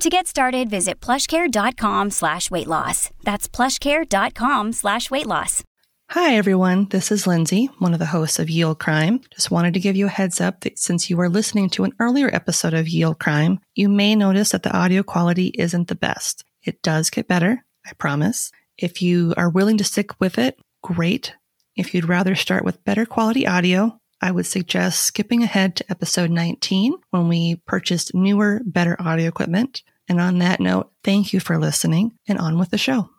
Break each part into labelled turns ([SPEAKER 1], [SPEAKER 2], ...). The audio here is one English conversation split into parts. [SPEAKER 1] To get started, visit plushcare.com slash weight loss. That's plushcare.com slash weight loss.
[SPEAKER 2] Hi, everyone. This is Lindsay, one of the hosts of Yield Crime. Just wanted to give you a heads up that since you are listening to an earlier episode of Yield Crime, you may notice that the audio quality isn't the best. It does get better, I promise. If you are willing to stick with it, great. If you'd rather start with better quality audio, I would suggest skipping ahead to episode 19 when we purchased newer, better audio equipment. And on that note, thank you for listening and on with the show.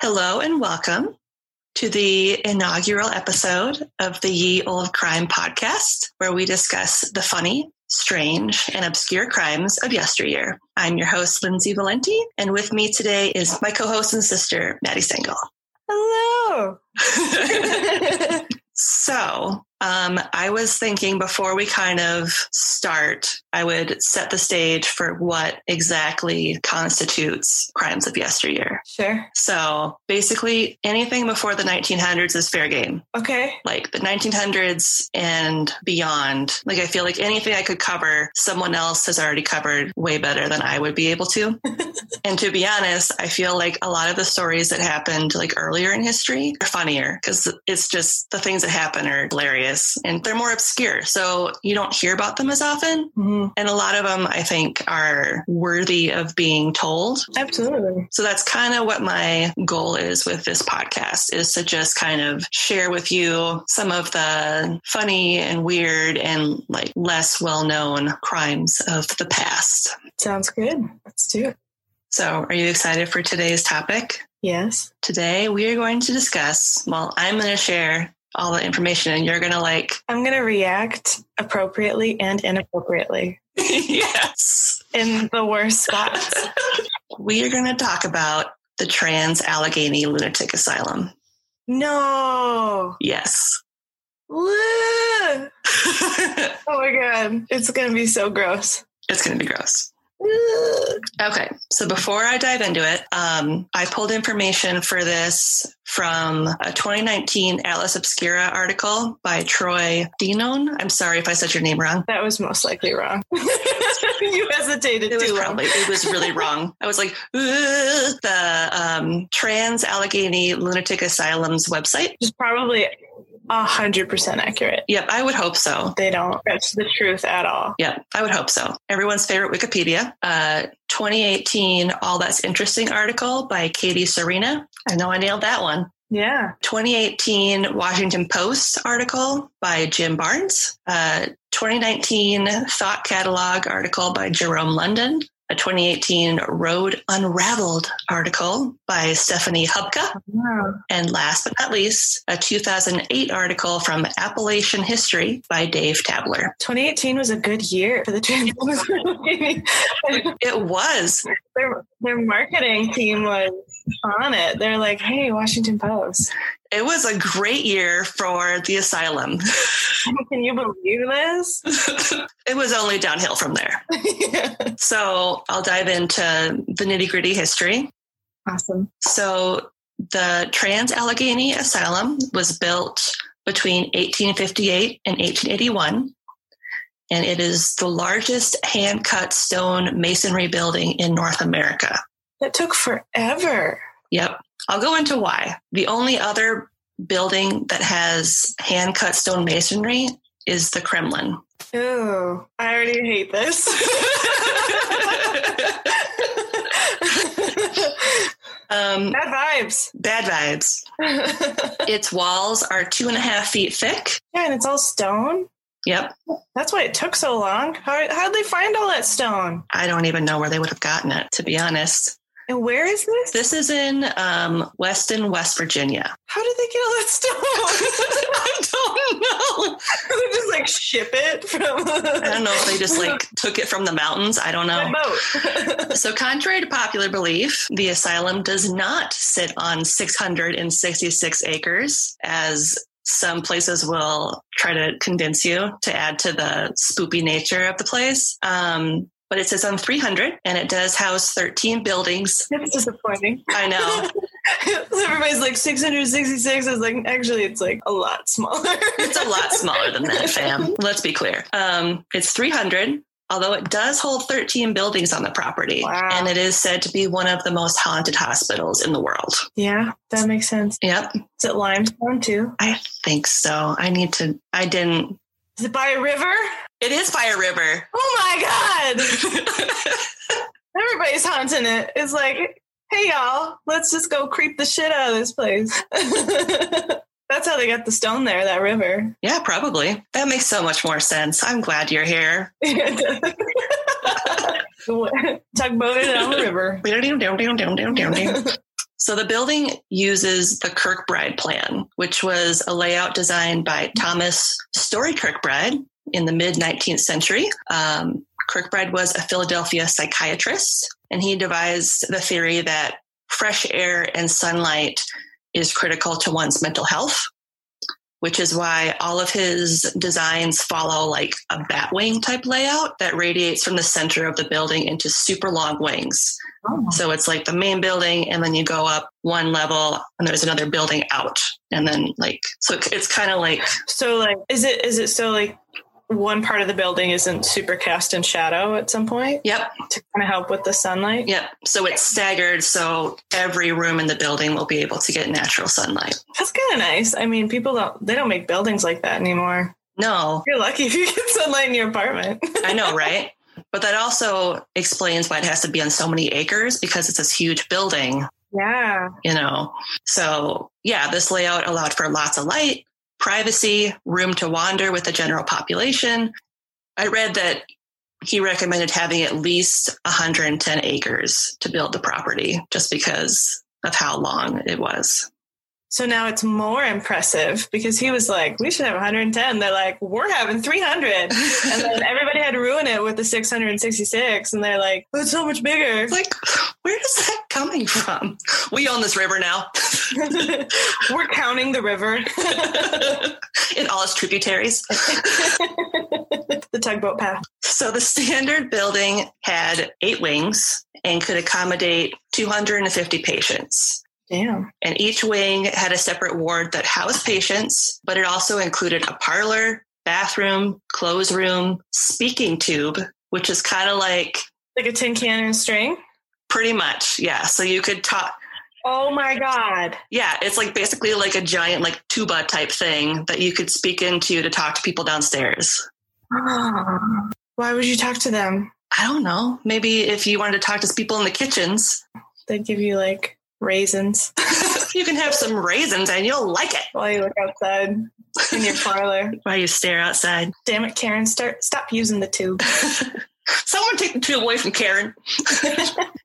[SPEAKER 3] Hello and welcome to the inaugural episode of the Ye Old Crime podcast, where we discuss the funny, strange, and obscure crimes of yesteryear. I'm your host, Lindsay Valenti, and with me today is my co host and sister, Maddie Single.
[SPEAKER 4] Hello.
[SPEAKER 3] So, um, I was thinking before we kind of start, I would set the stage for what exactly constitutes crimes of yesteryear.
[SPEAKER 4] Sure.
[SPEAKER 3] So, basically, anything before the 1900s is fair game.
[SPEAKER 4] Okay.
[SPEAKER 3] Like the 1900s and beyond. Like, I feel like anything I could cover, someone else has already covered way better than I would be able to. and to be honest, I feel like a lot of the stories that happened like earlier in history are funnier because it's just the things that happen are hilarious and they're more obscure. So you don't hear about them as often.
[SPEAKER 4] Mhm.
[SPEAKER 3] And a lot of them, I think, are worthy of being told.
[SPEAKER 4] Absolutely.
[SPEAKER 3] So that's kind of what my goal is with this podcast is to just kind of share with you some of the funny and weird and like less well-known crimes of the past.
[SPEAKER 4] Sounds good. Let's do it.
[SPEAKER 3] So, are you excited for today's topic?
[SPEAKER 4] Yes.
[SPEAKER 3] Today we are going to discuss, well, I'm going to share all the information and you're going to like
[SPEAKER 4] I'm going to react appropriately and inappropriately
[SPEAKER 3] yes.
[SPEAKER 4] in the worst spots.
[SPEAKER 3] We are going to talk about the Trans Allegheny Lunatic Asylum.
[SPEAKER 4] no.
[SPEAKER 3] Yes.
[SPEAKER 4] Ugh.
[SPEAKER 3] it's
[SPEAKER 4] Oh my God. It's going to be so gross.
[SPEAKER 3] going to be gross.
[SPEAKER 4] Ugh.
[SPEAKER 3] Okay, so before I dive into it, um, I pulled information for this from a 2019 Atlas Obscura article by Troy Dinone. I'm sorry if I said your name wrong.
[SPEAKER 4] That was most likely wrong. you hesitated
[SPEAKER 3] It was
[SPEAKER 4] too
[SPEAKER 3] probably it was really wrong. I was like, "Ugh." the um, Trans Allegheny Lunatic Asylum's website.
[SPEAKER 4] Just probably 100% accurate.
[SPEAKER 3] Yep, I would hope so.
[SPEAKER 4] They don't catch the truth at all.
[SPEAKER 3] Yeah, I would hope so. Everyone's favorite Wikipedia, uh, 2018 All That's Interesting article by Katie Serena. I know I nailed that one.
[SPEAKER 4] Yeah.
[SPEAKER 3] 2018 Washington Post article by Jim Barnes, uh, 2019 Thought Catalog article by Jerome London, a 2018 Road Unraveled article by Stephanie Hubka,
[SPEAKER 4] Wow.
[SPEAKER 3] and last but not least, a 2008 article from Appalachian History by Dave Tabler.
[SPEAKER 4] 2018 was a good year for the Trans
[SPEAKER 3] It was.
[SPEAKER 4] their, their marketing team was on it. They're like, hey, Washington Post,
[SPEAKER 3] It was a great year for the asylum.
[SPEAKER 4] can you believe this?
[SPEAKER 3] it was only downhill from there. So I'll dive into the nitty gritty history.
[SPEAKER 4] Awesome.
[SPEAKER 3] So the Trans Allegheny Asylum was built between 1858 and 1881, and it is the largest hand cut stone masonry building in North America.
[SPEAKER 4] That took forever.
[SPEAKER 3] Yep. I'll go into why. The only other building that has hand cut stone masonry is the Kremlin.
[SPEAKER 4] Ooh, I already hate this.
[SPEAKER 3] Um,
[SPEAKER 4] Bad vibes.
[SPEAKER 3] bad vibes.
[SPEAKER 4] yeah,
[SPEAKER 3] Its walls are two and a half feet thick.
[SPEAKER 4] and it's all stone.
[SPEAKER 3] Yep.
[SPEAKER 4] That's why it took so long. How, how'd they find all that stone?
[SPEAKER 3] I don't even know where they would have gotten it, to be honest.
[SPEAKER 4] And where is this?
[SPEAKER 3] This is in um, Weston, West Virginia.
[SPEAKER 4] How did they get all that stuff?
[SPEAKER 3] I don't know.
[SPEAKER 4] they just like ship it from.
[SPEAKER 3] I don't know if they just like took it from the mountains. I don't know.
[SPEAKER 4] boat.
[SPEAKER 3] So, contrary to popular belief, the asylum does not sit on 666 acres, as some places will try to convince you to add to the spoopy nature of the place. Um, but it sits on 300 and it does house 13 buildings.
[SPEAKER 4] That's disappointing.
[SPEAKER 3] I know.
[SPEAKER 4] Everybody's like 666. I was like, actually, it's like a lot smaller.
[SPEAKER 3] It's a lot smaller than that, fam. Let's be clear. Um, it's 300, although it does hold 13 buildings on the property.
[SPEAKER 4] Wow.
[SPEAKER 3] And it is said to be one of the most haunted hospitals in the world.
[SPEAKER 4] Yeah, that makes sense.
[SPEAKER 3] Yep,
[SPEAKER 4] Is it limestone too?
[SPEAKER 3] I think so. I need to, I didn't.
[SPEAKER 4] Is it by a river?
[SPEAKER 3] It is by a river.
[SPEAKER 4] Oh my god! Everybody's haunting it. It's like, hey y'all, let's just go creep the shit out of this place. That's how they got the stone there, that river.
[SPEAKER 3] yeah, probably. That makes so much more sense. I'm glad you're here.
[SPEAKER 4] Tugboated down the river.
[SPEAKER 3] So the building uses the Kirkbride plan, which was a layout designed by Thomas Story Kirkbride in the mid 19th century. Um, Kirkbride was a Philadelphia psychiatrist, and he devised the theory that fresh air and sunlight is critical to one's mental health, which is why all of his designs follow like a bat wing type layout that radiates from the center of the building into super long wings.
[SPEAKER 4] Oh.
[SPEAKER 3] So it's like the main building, and then you go up one level, and there's another building out, and then like so it's- it's kind of like
[SPEAKER 4] So like is it is it so like one part of the building isn't super cast in shadow at some point
[SPEAKER 3] yep,
[SPEAKER 4] to kind of help with the sunlight?
[SPEAKER 3] yep. So it's staggered, so every room in the building will be able to get natural sunlight.
[SPEAKER 4] That's kind of nice. I mean, people don't they don't make buildings like that anymore.
[SPEAKER 3] No,
[SPEAKER 4] You're lucky if you get sunlight in your apartment.
[SPEAKER 3] I know, right? But that also explains why it has to be on so many acres because it's this huge building,
[SPEAKER 4] Yeah.
[SPEAKER 3] you know. So yeah, this layout allowed for lots of light, privacy, room to wander with the general population. I read that he recommended having at least 110 acres to build the property just because of how long it was.
[SPEAKER 4] So now it's more impressive because he was like, we should have 110. They're like, we're having 300. And then everybody had to ruin it with the 666. And they're like, oh, it's so much bigger.
[SPEAKER 3] It's like, where is that coming from? We own this river now
[SPEAKER 4] we're counting the river,
[SPEAKER 3] in all its tributaries.
[SPEAKER 4] the tugboat path.
[SPEAKER 3] So the standard building had eight wings and could accommodate 250 patients.
[SPEAKER 4] Damn.
[SPEAKER 3] And each wing had a separate ward that housed patients, but it also included a parlor, bathroom, clothes room, speaking tube, which is kind of like
[SPEAKER 4] Like a tin can and a string.
[SPEAKER 3] pretty much, yeah. So you could talk.
[SPEAKER 4] Oh my God.
[SPEAKER 3] Yeah, it's like basically like a giant like tuba type thing that you could speak into to talk to people downstairs.
[SPEAKER 4] Why would you talk to them?
[SPEAKER 3] I don't know. Maybe if you wanted to talk to people in the kitchens,
[SPEAKER 4] They'd give you like raisins
[SPEAKER 3] you can have some raisins and you'll like it.
[SPEAKER 4] while you look outside in your parlor.
[SPEAKER 3] While you stare outside.
[SPEAKER 4] Damn it, Karen, start stop using the tube.
[SPEAKER 3] Someone take the two away from Karen. and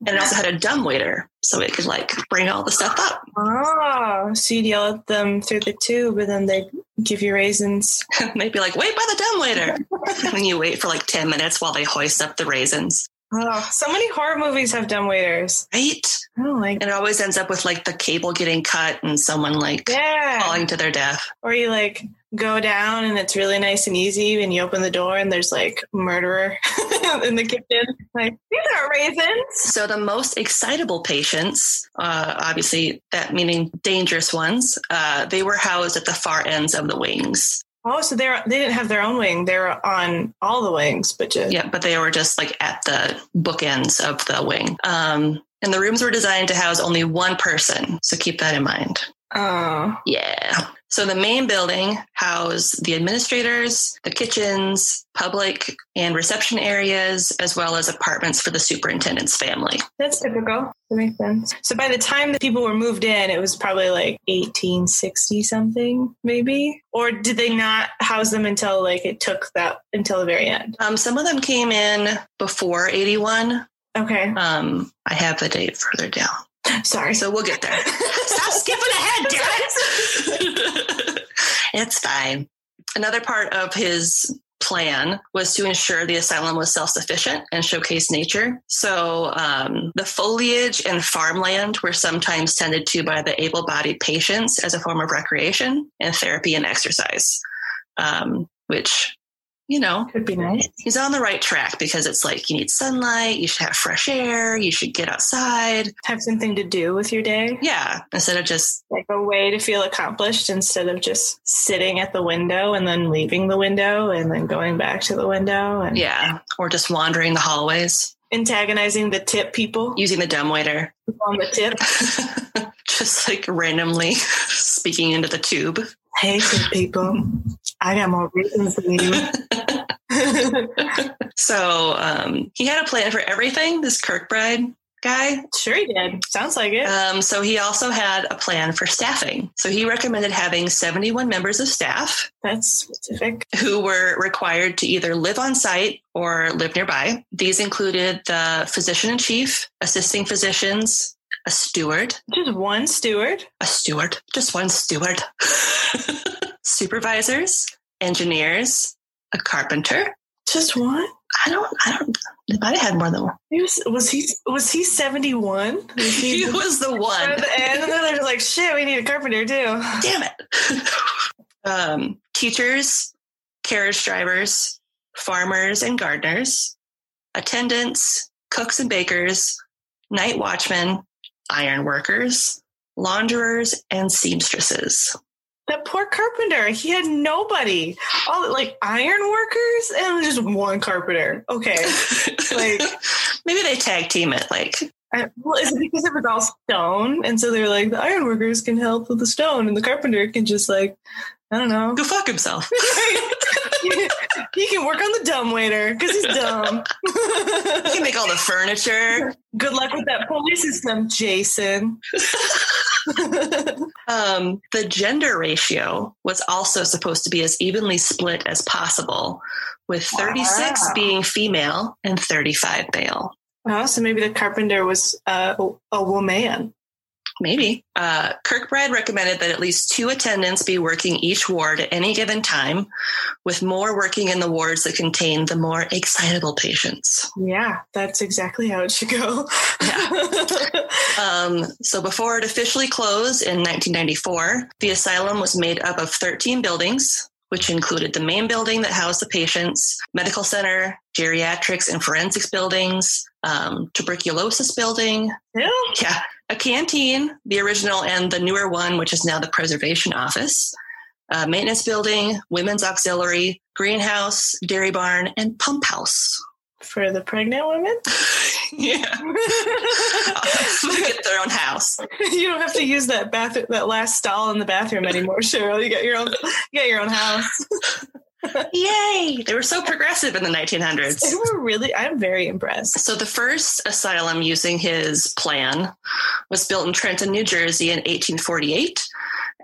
[SPEAKER 3] it also had a dumb waiter, so it could like bring all the stuff up.
[SPEAKER 4] Oh, so you'd yell at them through the tube and then they'd give you raisins.
[SPEAKER 3] They'd be like, wait by the dumb waiter. and you wait for like 10 minutes while they hoist up the raisins.
[SPEAKER 4] Oh, so many horror movies have dumb waiters.
[SPEAKER 3] Right?
[SPEAKER 4] I don't like
[SPEAKER 3] And it always ends up with like the cable getting cut and someone like
[SPEAKER 4] Yeah.
[SPEAKER 3] falling to their death.
[SPEAKER 4] Or you like go down and it's really nice and easy and you open the door and there's like murderer in the kitchen. Like, these aren't raisins.
[SPEAKER 3] So the most excitable patients, uh, obviously that meaning dangerous ones, uh, they were housed at the far ends of the wings.
[SPEAKER 4] Oh, so they're they didn't have their own wing. They were on all the wings, but just
[SPEAKER 3] Yeah, but they were just like at the bookends of the wing. Um, and the rooms were designed to house only one person, so keep that in mind.
[SPEAKER 4] oh
[SPEAKER 3] Yeah. So the main building housed the administrators, the kitchens, public and reception areas, as well as apartments for the superintendent's family.
[SPEAKER 4] That's typical. That makes sense. So by the time that people were moved in, it was probably like 1860 something, maybe. Or did they not house them until like it took that until the very end?
[SPEAKER 3] Um, some of them came in before 81,
[SPEAKER 4] Okay.
[SPEAKER 3] Um, I have the date further down.
[SPEAKER 4] Sorry.
[SPEAKER 3] So we'll get there. Stop skipping ahead, damn it. it's fine. Another part of his plan was to ensure the asylum was self sufficient and showcase nature. So um, the foliage and farmland were sometimes tended to by the able bodied patients as a form of recreation and therapy and exercise, um, which, you know,
[SPEAKER 4] Could be nice.
[SPEAKER 3] he's on the right track because it's like you need sunlight, you should have fresh air, you should get outside.
[SPEAKER 4] Have something to do with your day.
[SPEAKER 3] Yeah, instead of just
[SPEAKER 4] Like a way to feel accomplished instead of just sitting at the window and then leaving the window and then going back to the window and
[SPEAKER 3] yeah, or just wandering the hallways
[SPEAKER 4] antagonizing the tip people
[SPEAKER 3] using the dumbwaiter,
[SPEAKER 4] People on the tip.
[SPEAKER 3] just like randomly speaking into the tube.
[SPEAKER 4] Hey, tip people. I got more reasons than you.
[SPEAKER 3] So um, he had a plan for everything. This Kirkbride guy.
[SPEAKER 4] sure, he did. Sounds like it.
[SPEAKER 3] Um, so he also had a plan for staffing. So he recommended having 71 members of staff
[SPEAKER 4] That's specific.
[SPEAKER 3] who were required to either live on site or live nearby. These included the physician in chief, assisting physicians, a steward,
[SPEAKER 4] Just one steward.
[SPEAKER 3] a steward, just one steward, supervisors, engineers, a carpenter.
[SPEAKER 4] Just one.
[SPEAKER 3] I don't, I don't, they might have had more than one.
[SPEAKER 4] He was, was he was he seventy one?
[SPEAKER 3] He was the one.
[SPEAKER 4] At the end, and then they're like, "Shit, we need a carpenter too."
[SPEAKER 3] Damn it. um, teachers, carriage drivers, farmers and gardeners, attendants, cooks and bakers, night watchmen, iron workers, launderers, and seamstresses.
[SPEAKER 4] That poor carpenter. He had nobody. All like iron workers and just one carpenter. Okay. Like-
[SPEAKER 3] maybe they tag team it. Like,
[SPEAKER 4] I, well, is it because it was all stone? And so they're like, the iron workers can help with the stone, and the carpenter can just like, I don't know.
[SPEAKER 3] go fuck himself.
[SPEAKER 4] he can work on the dumb waiter because he's dumb.
[SPEAKER 3] He can make all the furniture.
[SPEAKER 4] Good luck with that pulley system, Jason.
[SPEAKER 3] Um, the gender ratio was also supposed to be as evenly split as possible, with 36
[SPEAKER 4] Wow.
[SPEAKER 3] being female and 35 male.
[SPEAKER 4] Oh, so maybe the carpenter was uh, a- a woman.
[SPEAKER 3] Maybe. Uh, Kirkbride recommended that at least two attendants be working each ward at any given time, with more working in the wards that contain the more excitable patients.
[SPEAKER 4] Yeah, that's exactly how it should go.
[SPEAKER 3] Um, so before it officially closed in 1994, the asylum was made up of 13 buildings, which included the main building that housed the patients, medical center, geriatrics and forensics buildings, um, tuberculosis building,
[SPEAKER 4] Yeah.
[SPEAKER 3] yeah, a canteen, the original and the newer one, which is now the preservation office, a maintenance building, women's auxiliary, greenhouse, dairy barn, and pump house.
[SPEAKER 4] For the pregnant women?
[SPEAKER 3] yeah. Look
[SPEAKER 4] you
[SPEAKER 3] at their own house.
[SPEAKER 4] don't have to use that bathroom, that last stall in the bathroom anymore, Cheryl. You got your own, you got your own house.
[SPEAKER 3] Yay! They were so progressive in the 1900s.
[SPEAKER 4] They were really. I'm very impressed.
[SPEAKER 3] So the first asylum using his plan was built in Trenton, New Jersey in 1848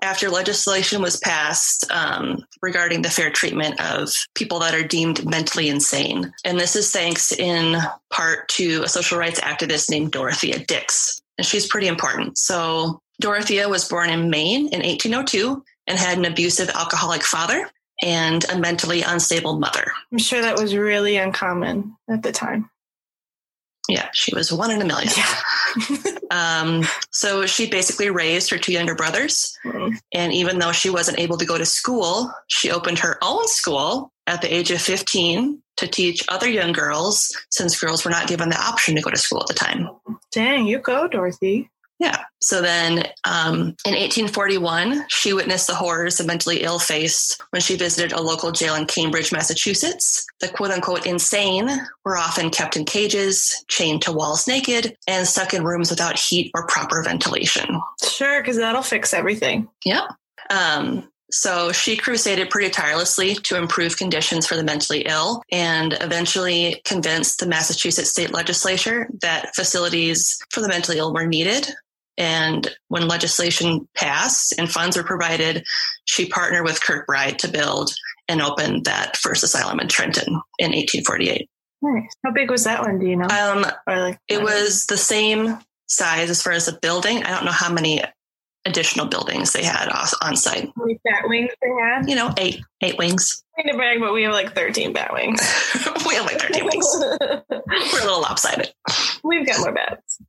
[SPEAKER 3] after legislation was passed um, regarding the fair treatment of people that are deemed mentally insane. And this is thanks in part to a social rights activist named Dorothea Dix. And she's pretty important. So Dorothea was born in Maine in 1802 and had an abusive alcoholic father and a mentally unstable mother.
[SPEAKER 4] I'm sure that was really uncommon at the time.
[SPEAKER 3] Yeah, she was one in a million. Um, so she basically raised her two younger brothers.
[SPEAKER 4] Mm.
[SPEAKER 3] And even though she wasn't able to go to school, she opened her own school at the age of 15 to teach other young girls, since girls were not given the option to go to school at the time.
[SPEAKER 4] Dang, you go, Dorothy.
[SPEAKER 3] Yeah. So then um, in 1841, she witnessed the horrors the mentally ill faced when she visited a local jail in Cambridge, Massachusetts. The quote unquote insane were often kept in cages, chained to walls naked, and stuck in rooms without heat or proper ventilation.
[SPEAKER 4] Sure, because that'll fix everything.
[SPEAKER 3] Yeah. Um, so she crusaded pretty tirelessly to improve conditions for the mentally ill and eventually convinced the Massachusetts state legislature that facilities for the mentally ill were needed. And when legislation passed and funds were provided, she partnered with Kirkbride to build and open that first asylum in Trenton in 1848.
[SPEAKER 4] Nice. How big was that one? Do you know?
[SPEAKER 3] Um,
[SPEAKER 4] or like uh,
[SPEAKER 3] it was the same size as far as the building. I don't know how many additional buildings they had off- on site.
[SPEAKER 4] like bat wings they had.
[SPEAKER 3] You know, eight eight wings.
[SPEAKER 4] Kind of brag, but we have like thirteen bat wings.
[SPEAKER 3] we have like thirteen wings. We're a little lopsided.
[SPEAKER 4] We've got more bats.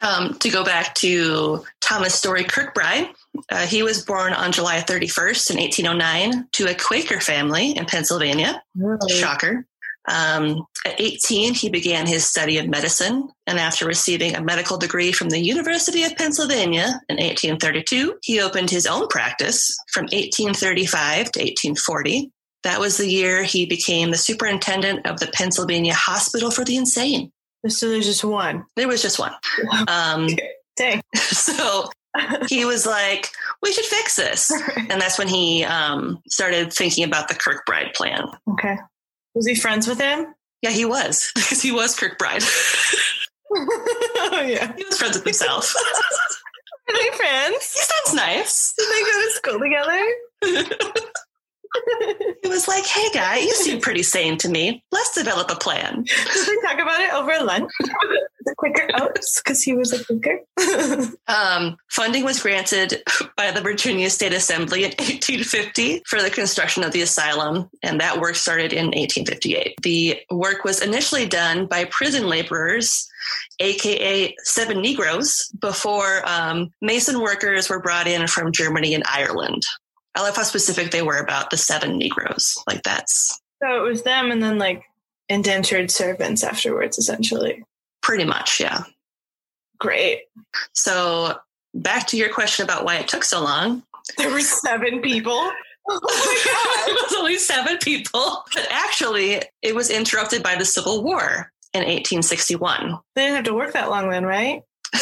[SPEAKER 3] Um, to go back to Thomas Story Kirkbride, uh, he was born on July 31st in 1809 to a Quaker family in Pennsylvania. Shocker. Um, at 18, he began his study of medicine, and after receiving a medical degree from the University of Pennsylvania in 1832, he opened his own practice from 1835 to 1840. That was the year he became the superintendent of the Pennsylvania Hospital for the Insane.
[SPEAKER 4] So there's just one.
[SPEAKER 3] There was just one. Um,
[SPEAKER 4] Dang.
[SPEAKER 3] so he was like, we should fix this. And that's when he um, started thinking about the Kirkbride plan.
[SPEAKER 4] okay. Was he friends with him?
[SPEAKER 3] Yeah, he was, because he was Kirkbride.
[SPEAKER 4] oh yeah.
[SPEAKER 3] he was friends with himself.
[SPEAKER 4] Are they friends?
[SPEAKER 3] he sounds nice.
[SPEAKER 4] Did they go to school together?
[SPEAKER 3] He was like, hey, guy, you seem pretty sane to me. Let's develop a plan.
[SPEAKER 4] Did they talk about it over lunch? the Quaker oats, because he was a Quaker.
[SPEAKER 3] Um, funding was granted by the Virginia State Assembly in 1850 for the construction of the asylum, and that work started in 1858. The work was initially done by prison laborers, aka seven Negroes, before um, Mason workers were brought in from Germany and Ireland. I love how specific they were about the seven Negroes. Like that's
[SPEAKER 4] so it was them, and then like indentured servants afterwards, essentially.
[SPEAKER 3] pretty much, yeah.
[SPEAKER 4] Great.
[SPEAKER 3] So back to your question about why it took so long.
[SPEAKER 4] There were seven people. Oh
[SPEAKER 3] it was only seven people. But actually, it was interrupted by the Civil War in 1861.
[SPEAKER 4] They didn't have to work that long then, right?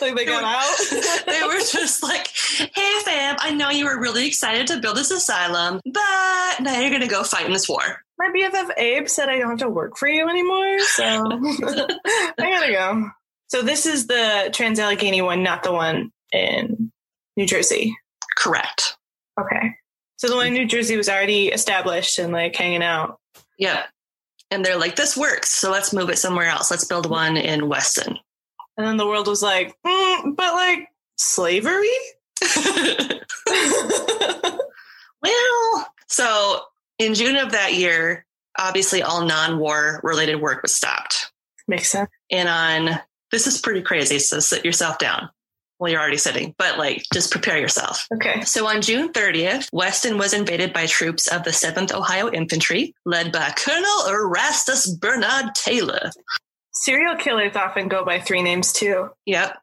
[SPEAKER 4] like they got out.
[SPEAKER 3] they were just like, hey, fam, I know you were really excited to build this asylum, but now you're going to go fight in this war.
[SPEAKER 4] My BFF Abe said I don't have to work for you anymore, so I gotta go. So this is the Trans Allegheny one, not the one in New Jersey.
[SPEAKER 3] Correct.
[SPEAKER 4] Okay. So the one in New Jersey was already established and like hanging out.
[SPEAKER 3] Yep. And they're like, this works. So let's move it somewhere else. Let's build one in Weston.
[SPEAKER 4] And then the world was like, mm, but like slavery?
[SPEAKER 3] Well, so in June of that year, obviously all non war related work was stopped.
[SPEAKER 4] Makes sense.
[SPEAKER 3] And on this is pretty crazy, so sit yourself down. Well, you're already sitting, but like just prepare yourself.
[SPEAKER 4] Okay.
[SPEAKER 3] So on June 30th, Weston was invaded by troops of the 7th Ohio Infantry, led by Colonel Erastus Bernard Taylor.
[SPEAKER 4] Serial killers often go by three names too.
[SPEAKER 3] Yep.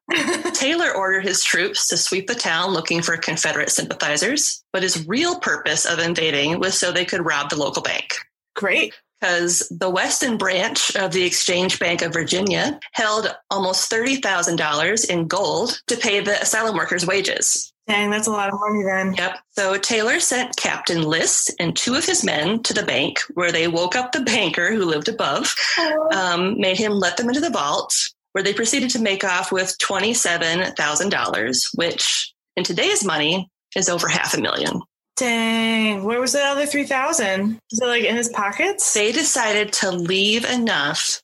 [SPEAKER 3] Taylor ordered his troops to sweep the town looking for Confederate sympathizers, but his real purpose of invading was so they could rob the local bank.
[SPEAKER 4] Great.
[SPEAKER 3] because the Weston branch of the Exchange Bank of Virginia held almost $30,000 in gold to pay the asylum workers' wages.
[SPEAKER 4] Dang, that's a lot of money then.
[SPEAKER 3] Yep. So Taylor sent Captain List and two of his men to the bank where they woke up the banker who lived above, um, made him let them into the vault, where they proceeded to make off with $27,000, which in today's money is over half a million.
[SPEAKER 4] Dang, where was the other 3,000? Is it like in his pockets?
[SPEAKER 3] they decided to leave enough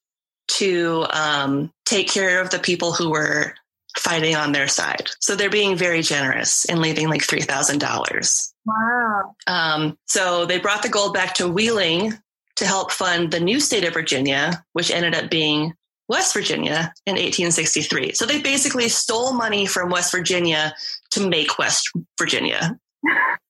[SPEAKER 3] to um, take care of the people who were fighting on their side. So they're being very generous in leaving like three thousand dollars.
[SPEAKER 4] Wow.
[SPEAKER 3] Um, so they brought the gold back to Wheeling to help fund the new state of Virginia, which ended up being West Virginia in 1863. So they basically stole money from West Virginia to make West Virginia.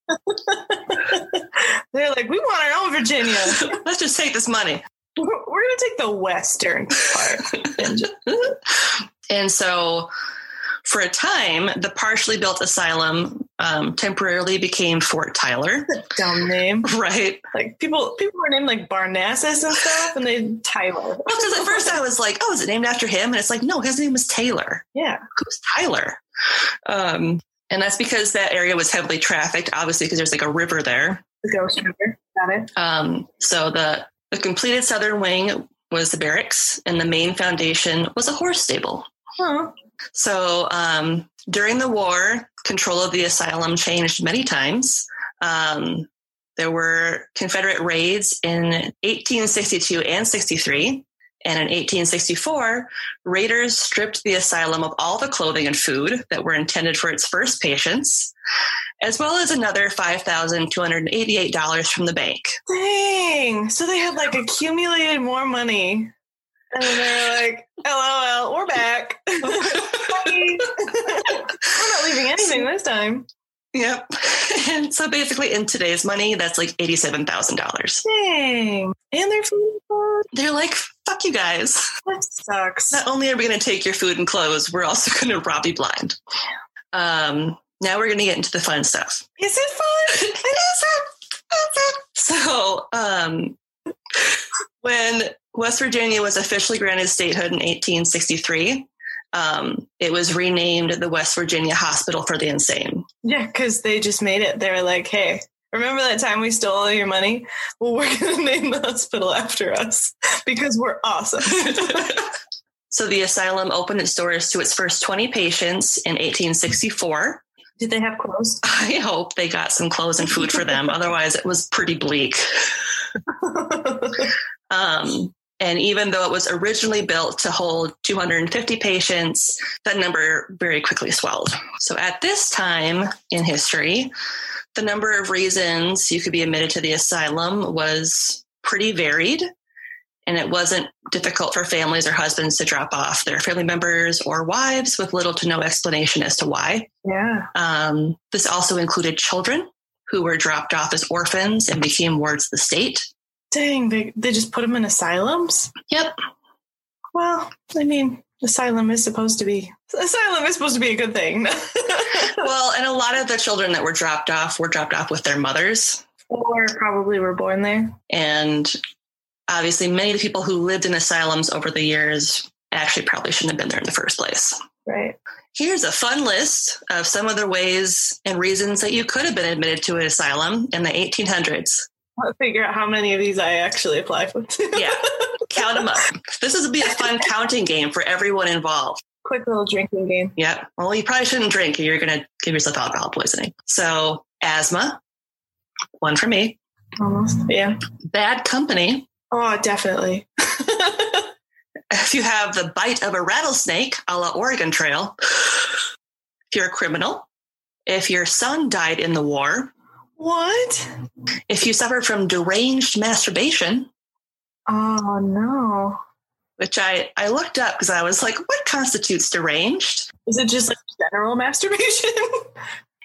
[SPEAKER 4] They're like, we want our own Virginia.
[SPEAKER 3] Let's just take this money.
[SPEAKER 4] We're going to take the Western part.
[SPEAKER 3] and so for a time the partially built asylum um, temporarily became fort tyler
[SPEAKER 4] Dumb name.
[SPEAKER 3] right
[SPEAKER 4] Like people, people were named like Barnassus and stuff, and they Tyler.
[SPEAKER 3] because at first i was like oh is it named after him and it's like no his name was taylor
[SPEAKER 4] Yeah.
[SPEAKER 3] who's tyler um, and that's because that area was heavily trafficked obviously because there's like a river there
[SPEAKER 4] The Ghost River. Got it.
[SPEAKER 3] Um, so the the completed southern wing was the barracks, and the main foundation was a horse stable.
[SPEAKER 4] Huh.
[SPEAKER 3] So um, during the war, control of the asylum changed many times. Um, There were Confederate raids in 1862 and 63. And in 1864, raiders stripped the asylum of all the clothing and food that were intended for its first patients, as well as another $5,288 from the bank.
[SPEAKER 4] Dang. So they had like accumulated more money. And then they're like, LOL, we're back. Bye. we're not leaving anything this time.
[SPEAKER 3] Yep. And so basically, in today's money, that's like $87,000.
[SPEAKER 4] Dang. And their food. was-
[SPEAKER 3] They're like, fuck you guys.
[SPEAKER 4] That sucks.
[SPEAKER 3] Not only are we going to take your food and clothes, we're also going to rob you blind. Um, now we're going to get into the fun stuff.
[SPEAKER 4] Is it fun?
[SPEAKER 3] so um, when west virginia was officially granted statehood in 1863 um, it was renamed the west virginia hospital for the insane
[SPEAKER 4] Yeah, because they just made it. They were like, hey, remember that time we stole all your money? Well, we're going to name the hospital after us because we're awesome.
[SPEAKER 3] so the asylum opened its doors to its first 20 patients in 1864
[SPEAKER 4] Did they have clothes?
[SPEAKER 3] i hope they got some clothes and food for them otherwise it was pretty bleak Um, and even though it was originally built to hold 250 patients, that number very quickly swelled. So at this time in history, the number of reasons you could be admitted to the asylum was pretty varied. And it wasn't difficult for families or husbands to drop off their family members or wives with little to no explanation as to why.
[SPEAKER 4] yeah.
[SPEAKER 3] Um, this also included children who were dropped off as orphans and became wards of the state.
[SPEAKER 4] Dang, they, they just put them in asylums?
[SPEAKER 3] Yep,
[SPEAKER 4] Well, I mean, asylum is supposed to be asylum is supposed to be a good thing.
[SPEAKER 3] Well, and a lot of the children that were dropped off were dropped off with their mothers.
[SPEAKER 4] or probably were born there.
[SPEAKER 3] And obviously, many of the people who lived in asylums over the years actually probably shouldn't have been there in the first place.
[SPEAKER 4] Right.
[SPEAKER 3] Here's a fun list of some of the ways and reasons that you could have been admitted to an asylum in the 1800s.
[SPEAKER 4] I'll figure out how many of these I actually apply for.
[SPEAKER 3] Yeah, count them up. This would be a fun counting game for everyone involved.
[SPEAKER 4] Quick little drinking game.
[SPEAKER 3] Yep. Well, you probably shouldn't drink. or You're going to give yourself alcohol poisoning. So, asthma, one for me.
[SPEAKER 4] Almost. Yeah.
[SPEAKER 3] Bad company,
[SPEAKER 4] Oh, definitely.
[SPEAKER 3] if you have the bite of a rattlesnake a la Oregon Trail, if you're a criminal, if your son died in the war,
[SPEAKER 4] What?
[SPEAKER 3] if you suffer from deranged masturbation,
[SPEAKER 4] Oh no.
[SPEAKER 3] which I, I looked up because I was like, what constitutes deranged?
[SPEAKER 4] Is it just like general masturbation?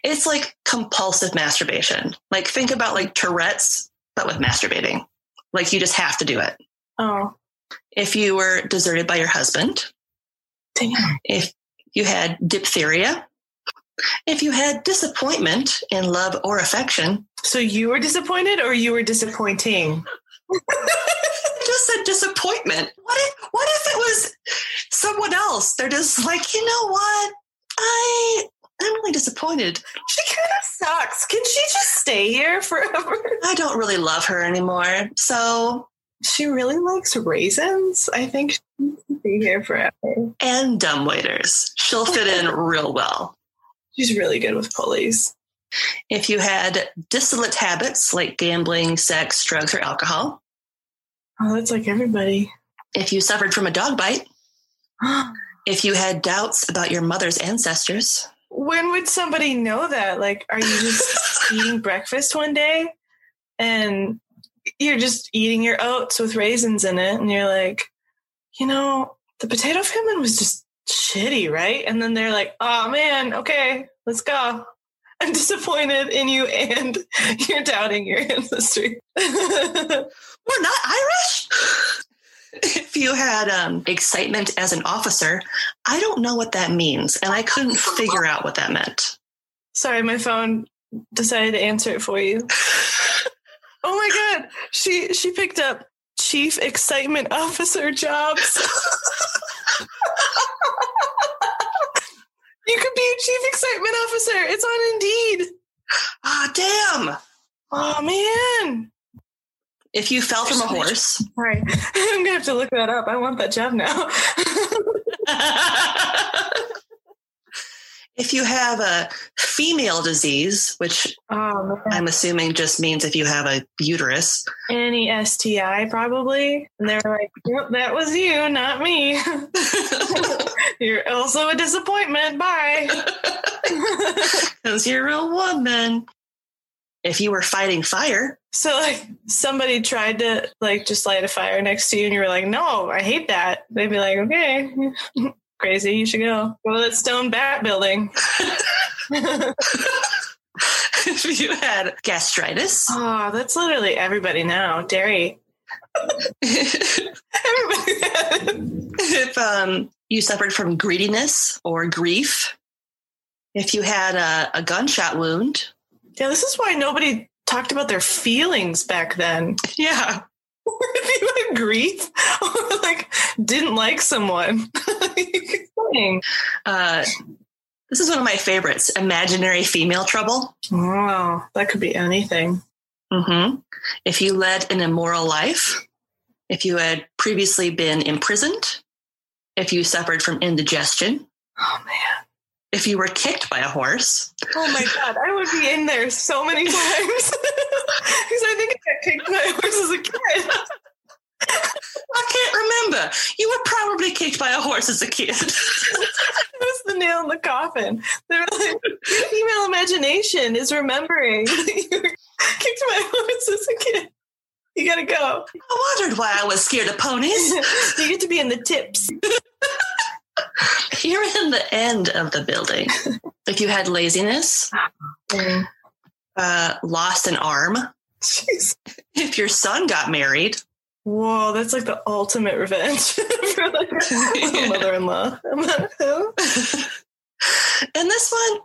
[SPEAKER 3] It's like compulsive masturbation. Like think about like Tourette's, but with masturbating. Like you just have to do it.
[SPEAKER 4] oh,
[SPEAKER 3] If you were deserted by your husband,
[SPEAKER 4] damn.
[SPEAKER 3] if you had diphtheria, if you had disappointment in love or affection,
[SPEAKER 4] So you were disappointed or you were disappointing?
[SPEAKER 3] I just said disappointment. What if, what if it was someone else? They're just like, you know what? I I'm really disappointed.
[SPEAKER 4] She kind of sucks. Can she just stay here forever?
[SPEAKER 3] I don't really love her anymore. So
[SPEAKER 4] She really likes raisins. I think she needs to be here forever.
[SPEAKER 3] and dumb waiters. She'll fit in real well.
[SPEAKER 4] She's really good with pulleys.
[SPEAKER 3] If you had dissolute habits like gambling, sex, drugs, or alcohol,
[SPEAKER 4] Oh, that's like everybody. Oh,
[SPEAKER 3] if you suffered from a dog bite, if you had doubts about your mother's ancestors,
[SPEAKER 4] when would somebody know that? Like, are you just eating breakfast one day and you're just eating your oats with raisins in it and you're like, you know, the potato famine was just shitty, right? And then they're like, oh man, okay, let's go. I'm disappointed in you and you're doubting your ancestry.
[SPEAKER 3] we're not Irish. if you had um, excitement as an officer, I don't know what that means, and I couldn't figure out what that meant.
[SPEAKER 4] Sorry, my phone decided to answer it for you. oh my god, she she picked up chief excitement officer jobs. you could be a chief excitement officer. It's on Indeed.
[SPEAKER 3] Ah, damn!
[SPEAKER 4] Oh man.
[SPEAKER 3] If you fell from a horse,
[SPEAKER 4] Sorry. I'm gonna have to look that up. I want that job now.
[SPEAKER 3] if If you have a female disease, which
[SPEAKER 4] Oh, man.
[SPEAKER 3] I'm assuming just means if you have a uterus,
[SPEAKER 4] Any STI, probably. And they're like, yep, that was you, not me. You're also a disappointment. Bye.
[SPEAKER 3] because you're a woman. If you were fighting fire,
[SPEAKER 4] so, like, somebody tried to, like, just light a fire next to you, and you were like, no, I hate that. They'd be like, okay, crazy, you should go. Go to that stone bat building.
[SPEAKER 3] if you had gastritis,
[SPEAKER 4] Oh, that's literally everybody now. Dairy.
[SPEAKER 3] Oh.
[SPEAKER 4] Everybody.
[SPEAKER 3] if um, you suffered from greediness or grief, if you had a, a gunshot wound,
[SPEAKER 4] yeah, this is why nobody talked about their feelings back then.
[SPEAKER 3] yeah,
[SPEAKER 4] if you had grief or like didn't like someone.
[SPEAKER 3] uh, this is one of my favorites: imaginary female trouble.
[SPEAKER 4] wow, that could be anything.
[SPEAKER 3] hmm If you led an immoral life, if you had previously been imprisoned, if you suffered from indigestion,
[SPEAKER 4] Oh man.
[SPEAKER 3] if you were kicked by a horse,
[SPEAKER 4] Oh my god, I would be in there so many times. Because I think I got kicked by a horse as a kid.
[SPEAKER 3] I can't remember. You were probably kicked by a horse as a kid.
[SPEAKER 4] It was the nail in the coffin. They're like, your female imagination is remembering that you were kicked by a horse as a kid. You gotta go.
[SPEAKER 3] I wondered why I was scared of ponies.
[SPEAKER 4] you get to be in the tips.
[SPEAKER 3] You're in the end of the building. If you had laziness, uh, lost an arm,
[SPEAKER 4] Jeez.
[SPEAKER 3] if your son got married,
[SPEAKER 4] Whoa, that's like the ultimate revenge for like a mother-in-law.
[SPEAKER 3] and this one,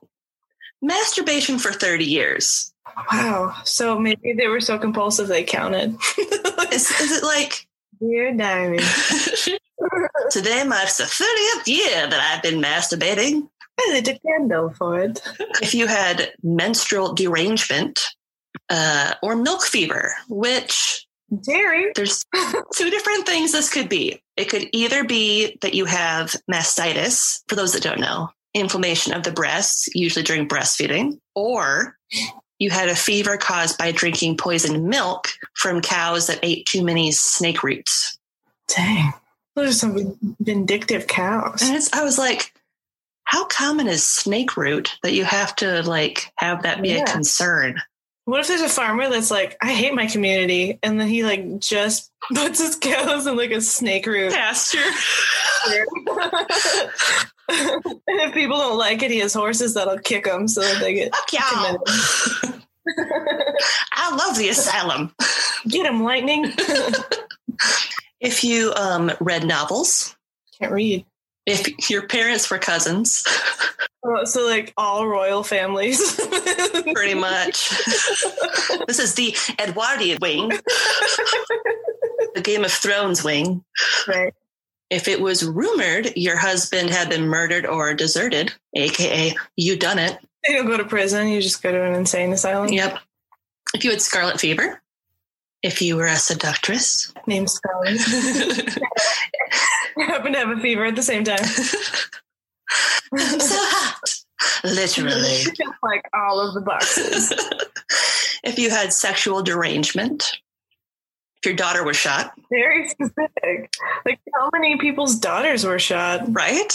[SPEAKER 3] masturbation for 30 years.
[SPEAKER 4] wow. So maybe they were so compulsive they counted.
[SPEAKER 3] Is, is it like,
[SPEAKER 4] Dear diary.
[SPEAKER 3] today marks the 30th year that I've been masturbating?
[SPEAKER 4] I lit a candle for it.
[SPEAKER 3] If you had menstrual derangement uh, or milk fever, which
[SPEAKER 4] Dairy.
[SPEAKER 3] there's two different things this could be. It could either be that you have mastitis, for those that don't know, inflammation of the breasts, usually during breastfeeding, or you had a fever caused by drinking poisoned milk from cows that ate too many snake roots.
[SPEAKER 4] Dang. Uh. Those are some vindictive cows.
[SPEAKER 3] And it's, I was like, how common is snake root that you have to like have that be a
[SPEAKER 4] Yeah.
[SPEAKER 3] concern?
[SPEAKER 4] What if there's a farmer that's like, I hate my community, and then he like just puts his cows in like a snake root?
[SPEAKER 3] Pasture.
[SPEAKER 4] and if people don't like it, he has horses that'll kick them so that they get
[SPEAKER 3] Fuck y'all. I love the asylum.
[SPEAKER 4] get him lightning.
[SPEAKER 3] If you um, read novels,
[SPEAKER 4] Can't read.
[SPEAKER 3] if your parents were cousins,
[SPEAKER 4] Oh, so like all royal families,
[SPEAKER 3] pretty much. this is the Edwardian wing, the Game of Thrones wing.
[SPEAKER 4] right?
[SPEAKER 3] If it was rumored your husband had been murdered or deserted, aka you done it.
[SPEAKER 4] They don't go to prison. You just go to an insane asylum.
[SPEAKER 3] Yep. If you had scarlet fever, if you were a seductress,
[SPEAKER 4] Name Scully.
[SPEAKER 3] I'm
[SPEAKER 4] Happen to have a fever at the same time.
[SPEAKER 3] so hot, literally.
[SPEAKER 4] like all of the boxes.
[SPEAKER 3] if you had sexual derangement, if your daughter was shot,
[SPEAKER 4] Very specific. Like how many people's daughters were shot?
[SPEAKER 3] right?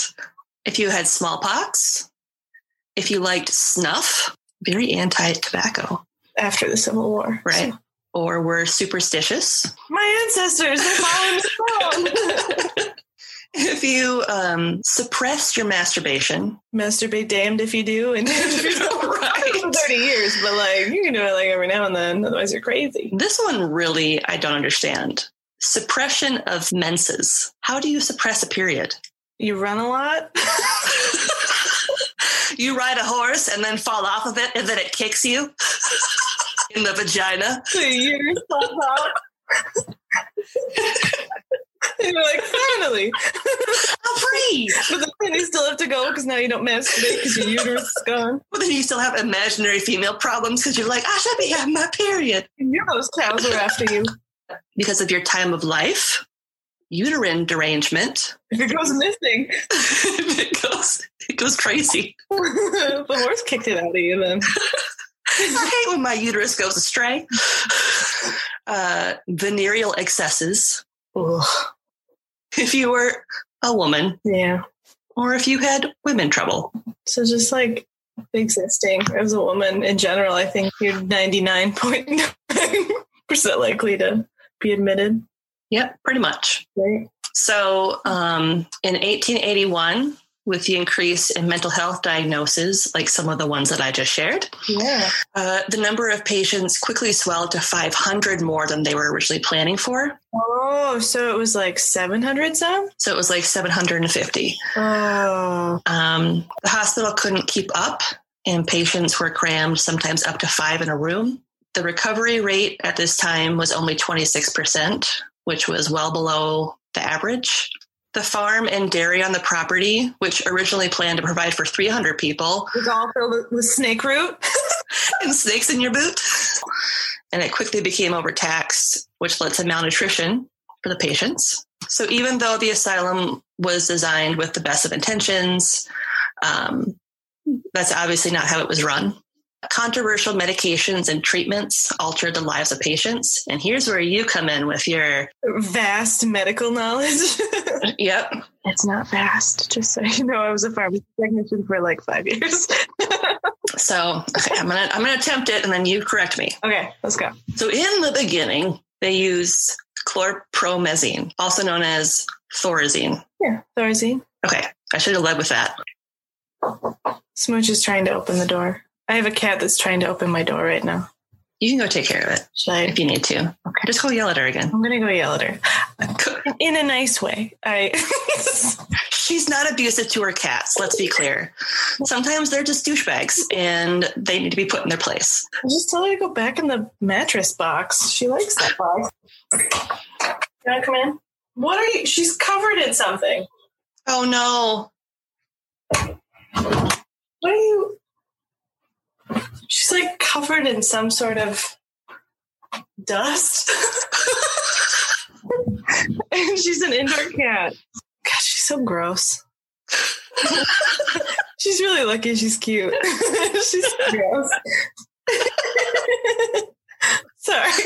[SPEAKER 3] If you had smallpox, if you liked snuff, very anti tobacco,
[SPEAKER 4] after the Civil War.
[SPEAKER 3] right? Or were superstitious.
[SPEAKER 4] My ancestors, they're following me down.
[SPEAKER 3] if you um, suppressed your masturbation,
[SPEAKER 4] Masturbate damned if you do and damned if you don't.
[SPEAKER 3] Right.
[SPEAKER 4] 30 years, but like you can do it like every now and then, otherwise you're crazy.
[SPEAKER 3] This one really I don't understand. Suppression of menses. How do you suppress a period?
[SPEAKER 4] You run a lot.
[SPEAKER 3] you ride a horse and then fall off of it and then it kicks you in the vagina.
[SPEAKER 4] so you're stuff out. And you're like, finally.
[SPEAKER 3] I'm free.
[SPEAKER 4] But then you still have to go because now you don't masturbate because your uterus is gone.
[SPEAKER 3] But then you still have imaginary female problems because you're like, "Ah, I should be having my period.
[SPEAKER 4] You know those cows are after you.
[SPEAKER 3] Because of your time of life, uterine derangement.
[SPEAKER 4] If it goes missing,
[SPEAKER 3] it goes it goes crazy.
[SPEAKER 4] the horse kicked it out of you then.
[SPEAKER 3] I hate when my uterus goes astray. Uh, venereal excesses. If you were a woman,
[SPEAKER 4] Yeah.
[SPEAKER 3] or if you had women trouble,
[SPEAKER 4] So just like existing as a woman in general, I think you're 99.9% likely to be admitted,
[SPEAKER 3] yep, pretty much.
[SPEAKER 4] right?
[SPEAKER 3] So, um, in 1881, with the increase in mental health diagnoses, like some of the ones that I just shared,
[SPEAKER 4] Yeah.
[SPEAKER 3] uh, the number of patients quickly swelled to 500 more than they were originally planning for.
[SPEAKER 4] Oh, so it was like 700 some?
[SPEAKER 3] So it was like 750.
[SPEAKER 4] Oh.
[SPEAKER 3] Um, the hospital couldn't keep up, and patients were crammed, sometimes up to five in a room. The recovery rate at this time was only 26%, which was well below the average. The farm and dairy on the property, which originally planned to provide for 300 people,
[SPEAKER 4] It was all filled with snake root?
[SPEAKER 3] and snakes in your boot. And it quickly became overtaxed, which led to malnutrition for the patients. So even though the asylum was designed with the best of intentions, um, that's obviously not how it was run. Controversial medications and treatments altered the lives of patients. And here's where you come in with your,
[SPEAKER 4] Vast medical knowledge.
[SPEAKER 3] yep,
[SPEAKER 4] it's not vast, just so you know. I was a pharmacy technician for like five years.
[SPEAKER 3] So okay, I'm gonna I'm gonna attempt it, and then you correct me.
[SPEAKER 4] okay, let's go.
[SPEAKER 3] So in the beginning, they used chlorpromazine, also known as thorazine.
[SPEAKER 4] Yeah, Thorazine.
[SPEAKER 3] Okay, I should have led with that.
[SPEAKER 4] Smooch is trying to open the door. I have a cat that's trying to open my door right now.
[SPEAKER 3] You can go take care of it
[SPEAKER 4] Should I?
[SPEAKER 3] if you need to.
[SPEAKER 4] Okay.
[SPEAKER 3] Just go yell at her again.
[SPEAKER 4] I'm gonna go yell at her in a nice way. I
[SPEAKER 3] She's not abusive to her cats. Let's be clear. Sometimes they're just douchebags, and they need to be put in their place.
[SPEAKER 4] just tell her to go back in the mattress box. She likes that box. You wanna come in? What are you? She's covered in something.
[SPEAKER 3] Oh no!
[SPEAKER 4] What are you? She's like covered in some sort of dust. and she's an indoor cat. God, she's so gross. she's really lucky she's cute. she's so gross. Sorry.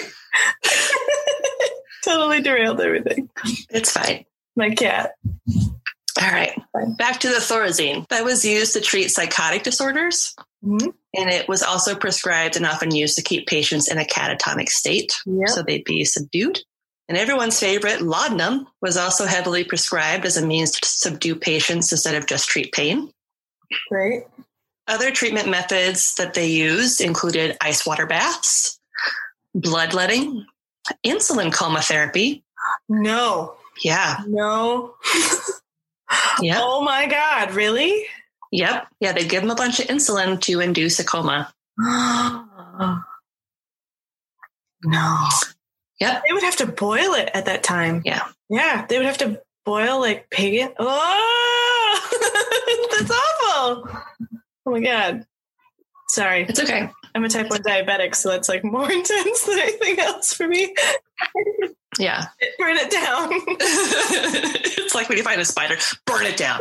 [SPEAKER 4] totally derailed everything.
[SPEAKER 3] It's fine.
[SPEAKER 4] My cat.
[SPEAKER 3] All right. Back to the thorazine that was used to treat psychotic disorders.
[SPEAKER 4] Mhm.
[SPEAKER 3] And it was also prescribed and often used to keep patients in a catatonic state
[SPEAKER 4] Yep.
[SPEAKER 3] so they'd be subdued. And everyone's favorite, laudanum, was also heavily prescribed as a means to subdue patients instead of just treat pain.
[SPEAKER 4] Right?
[SPEAKER 3] Other treatment methods that they used included ice water baths, bloodletting, insulin coma therapy.
[SPEAKER 4] No.
[SPEAKER 3] Yeah,
[SPEAKER 4] No.
[SPEAKER 3] yep,
[SPEAKER 4] Oh my God, really?
[SPEAKER 3] yep. Yeah, they'd give them a bunch of insulin to induce a coma.
[SPEAKER 4] no.
[SPEAKER 3] Yep.
[SPEAKER 4] They would have to boil it at that time.
[SPEAKER 3] Yeah.
[SPEAKER 4] Yeah. They would have to boil like pig. Oh, that's awful. Oh my God. Sorry.
[SPEAKER 3] It's okay.
[SPEAKER 4] I'm a type 1 diabetic, so that's like more intense than anything else for me.
[SPEAKER 3] Yeah.
[SPEAKER 4] Burn it down.
[SPEAKER 3] it's like when you find a spider, burn it down.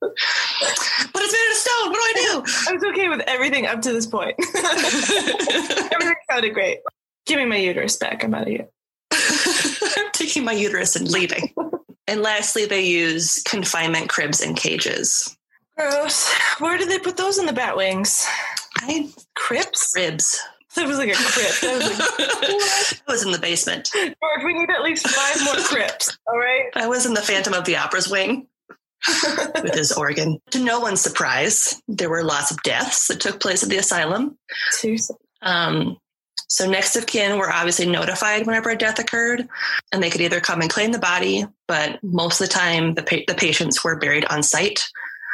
[SPEAKER 3] but it's made of stone. What do
[SPEAKER 4] I was okay with everything up to this point.
[SPEAKER 3] I
[SPEAKER 4] everything sounded great. Give me my uterus back. I'm out of here.
[SPEAKER 3] do? I'm taking my uterus and leaving. And lastly, they use confinement cribs and cages.
[SPEAKER 4] Gross. Where did they put those in the bat wings?
[SPEAKER 3] I
[SPEAKER 4] Crips?
[SPEAKER 3] ribs.
[SPEAKER 4] That was like a crip. That was like,
[SPEAKER 3] I was in the basement.
[SPEAKER 4] George, we need at least five more crips. All right.
[SPEAKER 3] I was in the Phantom of the Opera's wing with his organ. To no one's surprise, there were lots of deaths that took place at the asylum.
[SPEAKER 4] Seriously.
[SPEAKER 3] Um, so next of kin were obviously notified whenever a death occurred, and they could either come and claim the body, but most of the time the, pa- the patients were buried on site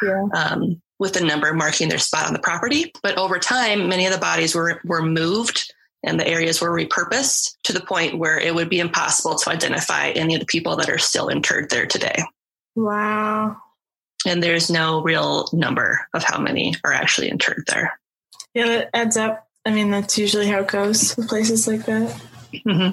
[SPEAKER 4] Yeah.
[SPEAKER 3] um, with the number marking their spot on the property. But over time, many of the bodies were, were moved and the areas were repurposed to the point where it would be impossible to identify any of the people that are still interred there today.
[SPEAKER 4] Wow.
[SPEAKER 3] And there's no real number of how many are actually interred there.
[SPEAKER 4] Yeah, that adds up. I mean, that's usually how it goes with places like that.
[SPEAKER 3] hmm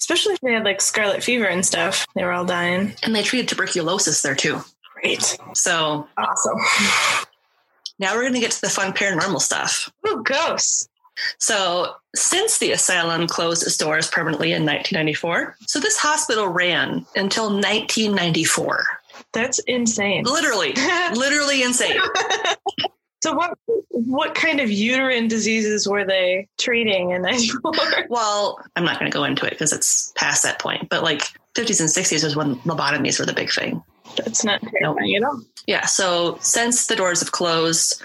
[SPEAKER 4] Especially if they had like scarlet fever and stuff. They were all dying.
[SPEAKER 3] And they treated tuberculosis there too.
[SPEAKER 4] Great.
[SPEAKER 3] So
[SPEAKER 4] Awesome.
[SPEAKER 3] now we're going to get to the fun paranormal stuff.
[SPEAKER 4] Ooh, ghosts.
[SPEAKER 3] So, since the asylum closed its doors permanently in 1994, so this hospital ran until 1994.
[SPEAKER 4] That's insane.
[SPEAKER 3] Literally, literally insane.
[SPEAKER 4] so what what kind of uterine diseases were they treating in 94?
[SPEAKER 3] Well, I'm not going to go into it because it's past that point, but like 50s and 60s was when lobotomies were the big thing.
[SPEAKER 4] That's not terrifying at all.
[SPEAKER 3] Yeah, so since the doors have closed,